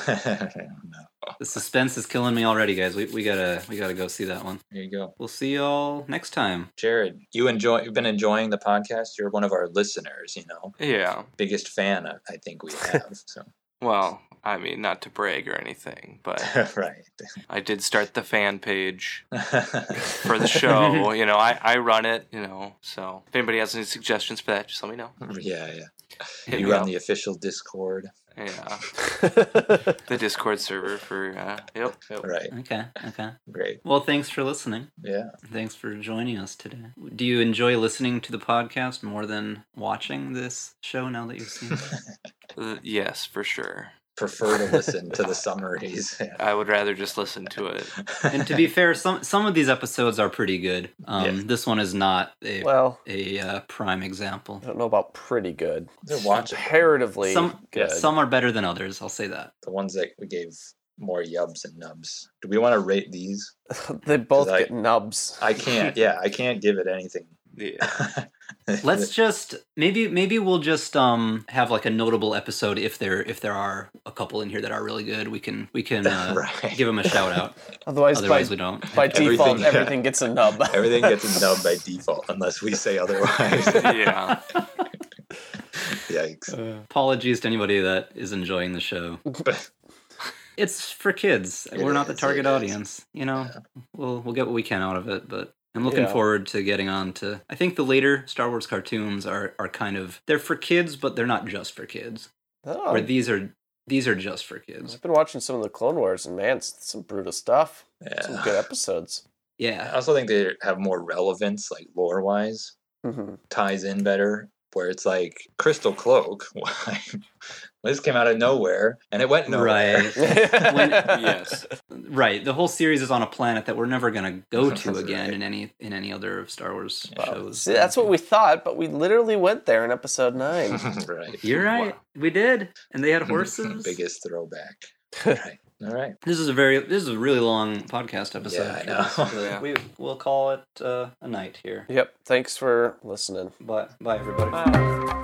[SPEAKER 4] The suspense is killing me already, guys. We, we gotta we gotta go see that one.
[SPEAKER 1] There you go.
[SPEAKER 4] We'll see y'all next time.
[SPEAKER 1] Jared, you enjoy you've been enjoying the podcast. You're one of our listeners, you know.
[SPEAKER 2] Yeah.
[SPEAKER 1] Biggest fan I I think we have. So
[SPEAKER 2] Well, I mean, not to brag or anything, but
[SPEAKER 1] right.
[SPEAKER 2] I did start the fan page for the show. you know, I, I run it, you know, so if anybody has any suggestions for that, just let me know.
[SPEAKER 1] yeah, yeah.
[SPEAKER 2] Hit
[SPEAKER 1] You
[SPEAKER 2] me
[SPEAKER 1] run
[SPEAKER 2] up.
[SPEAKER 1] the official Discord.
[SPEAKER 2] Yeah. The Discord server for, uh, yep. yep.
[SPEAKER 1] Right.
[SPEAKER 4] Okay, okay.
[SPEAKER 1] Great.
[SPEAKER 4] Well, thanks for listening.
[SPEAKER 1] Yeah.
[SPEAKER 4] Thanks for joining us today. Do you enjoy listening to the podcast more than watching this show now that you've seen it?
[SPEAKER 2] Uh, yes, for sure.
[SPEAKER 1] Prefer to listen to the summaries. Yeah.
[SPEAKER 2] I would rather just listen to it.
[SPEAKER 4] and to be fair, some some of these episodes are pretty good. Um,
[SPEAKER 1] Yeah.
[SPEAKER 4] This one is not a
[SPEAKER 3] well,
[SPEAKER 4] a uh, prime example.
[SPEAKER 3] I don't know about pretty good.
[SPEAKER 1] They're watching
[SPEAKER 3] Comparatively
[SPEAKER 4] Some
[SPEAKER 3] good.
[SPEAKER 4] some are better than others. I'll say that.
[SPEAKER 1] the ones that we gave more yubs and nubs. Do we want to rate these?
[SPEAKER 3] they both
[SPEAKER 1] I-
[SPEAKER 3] get nubs.
[SPEAKER 1] I can't. yeah, I can't give it anything.
[SPEAKER 2] Yeah.
[SPEAKER 4] Let's just maybe maybe we'll just um have like a notable episode if there if there are a couple in here that are really good. We can we can uh,
[SPEAKER 1] Right.
[SPEAKER 4] give them a shout out.
[SPEAKER 3] Otherwise,
[SPEAKER 4] Otherwise,
[SPEAKER 3] by,
[SPEAKER 4] we don't.
[SPEAKER 3] by
[SPEAKER 1] Everything,
[SPEAKER 3] default,
[SPEAKER 1] yeah.
[SPEAKER 3] everything gets a nub.
[SPEAKER 1] Everything gets a nub by default unless we say otherwise.
[SPEAKER 2] yeah.
[SPEAKER 1] Yikes.
[SPEAKER 4] Uh, Apologies to anybody that is enjoying the show. It's for kids.
[SPEAKER 1] It
[SPEAKER 4] We're not the
[SPEAKER 1] is, it
[SPEAKER 4] target
[SPEAKER 1] is.
[SPEAKER 4] audience. You know, we'll we'll get what we can out of it, but I'm looking
[SPEAKER 3] Yeah.
[SPEAKER 4] forward to getting on to. I think the later Star Wars cartoons are are kind of they're for kids, but they're not just for kids.
[SPEAKER 3] Oh,
[SPEAKER 4] Or these are these are just for kids.
[SPEAKER 3] I've been watching some of the Clone Wars, and man, it's some brutal stuff. Some
[SPEAKER 1] Yeah.
[SPEAKER 3] good episodes.
[SPEAKER 1] I
[SPEAKER 4] Yeah.
[SPEAKER 1] also think they have more relevance, like lore wise.
[SPEAKER 3] hmm
[SPEAKER 1] ties in better where it's like crystal cloak why this came out of nowhere and it went nowhere
[SPEAKER 4] Right.
[SPEAKER 2] Yes.
[SPEAKER 4] Right. The whole series is on a planet that we're never going to go to
[SPEAKER 1] Right.
[SPEAKER 4] again in any in any other of Star Wars shows.
[SPEAKER 3] See, that's what we thought, but we literally went there in episode nine.
[SPEAKER 1] right
[SPEAKER 4] You're right. We did. And they had horses.
[SPEAKER 1] biggest throwback right all right
[SPEAKER 4] This is a very this is a really long podcast episode.
[SPEAKER 1] yeah i know
[SPEAKER 2] Yeah.
[SPEAKER 4] We we'll call it uh, a night here.
[SPEAKER 3] yep. Thanks for listening.
[SPEAKER 4] But bye everybody.
[SPEAKER 2] Bye.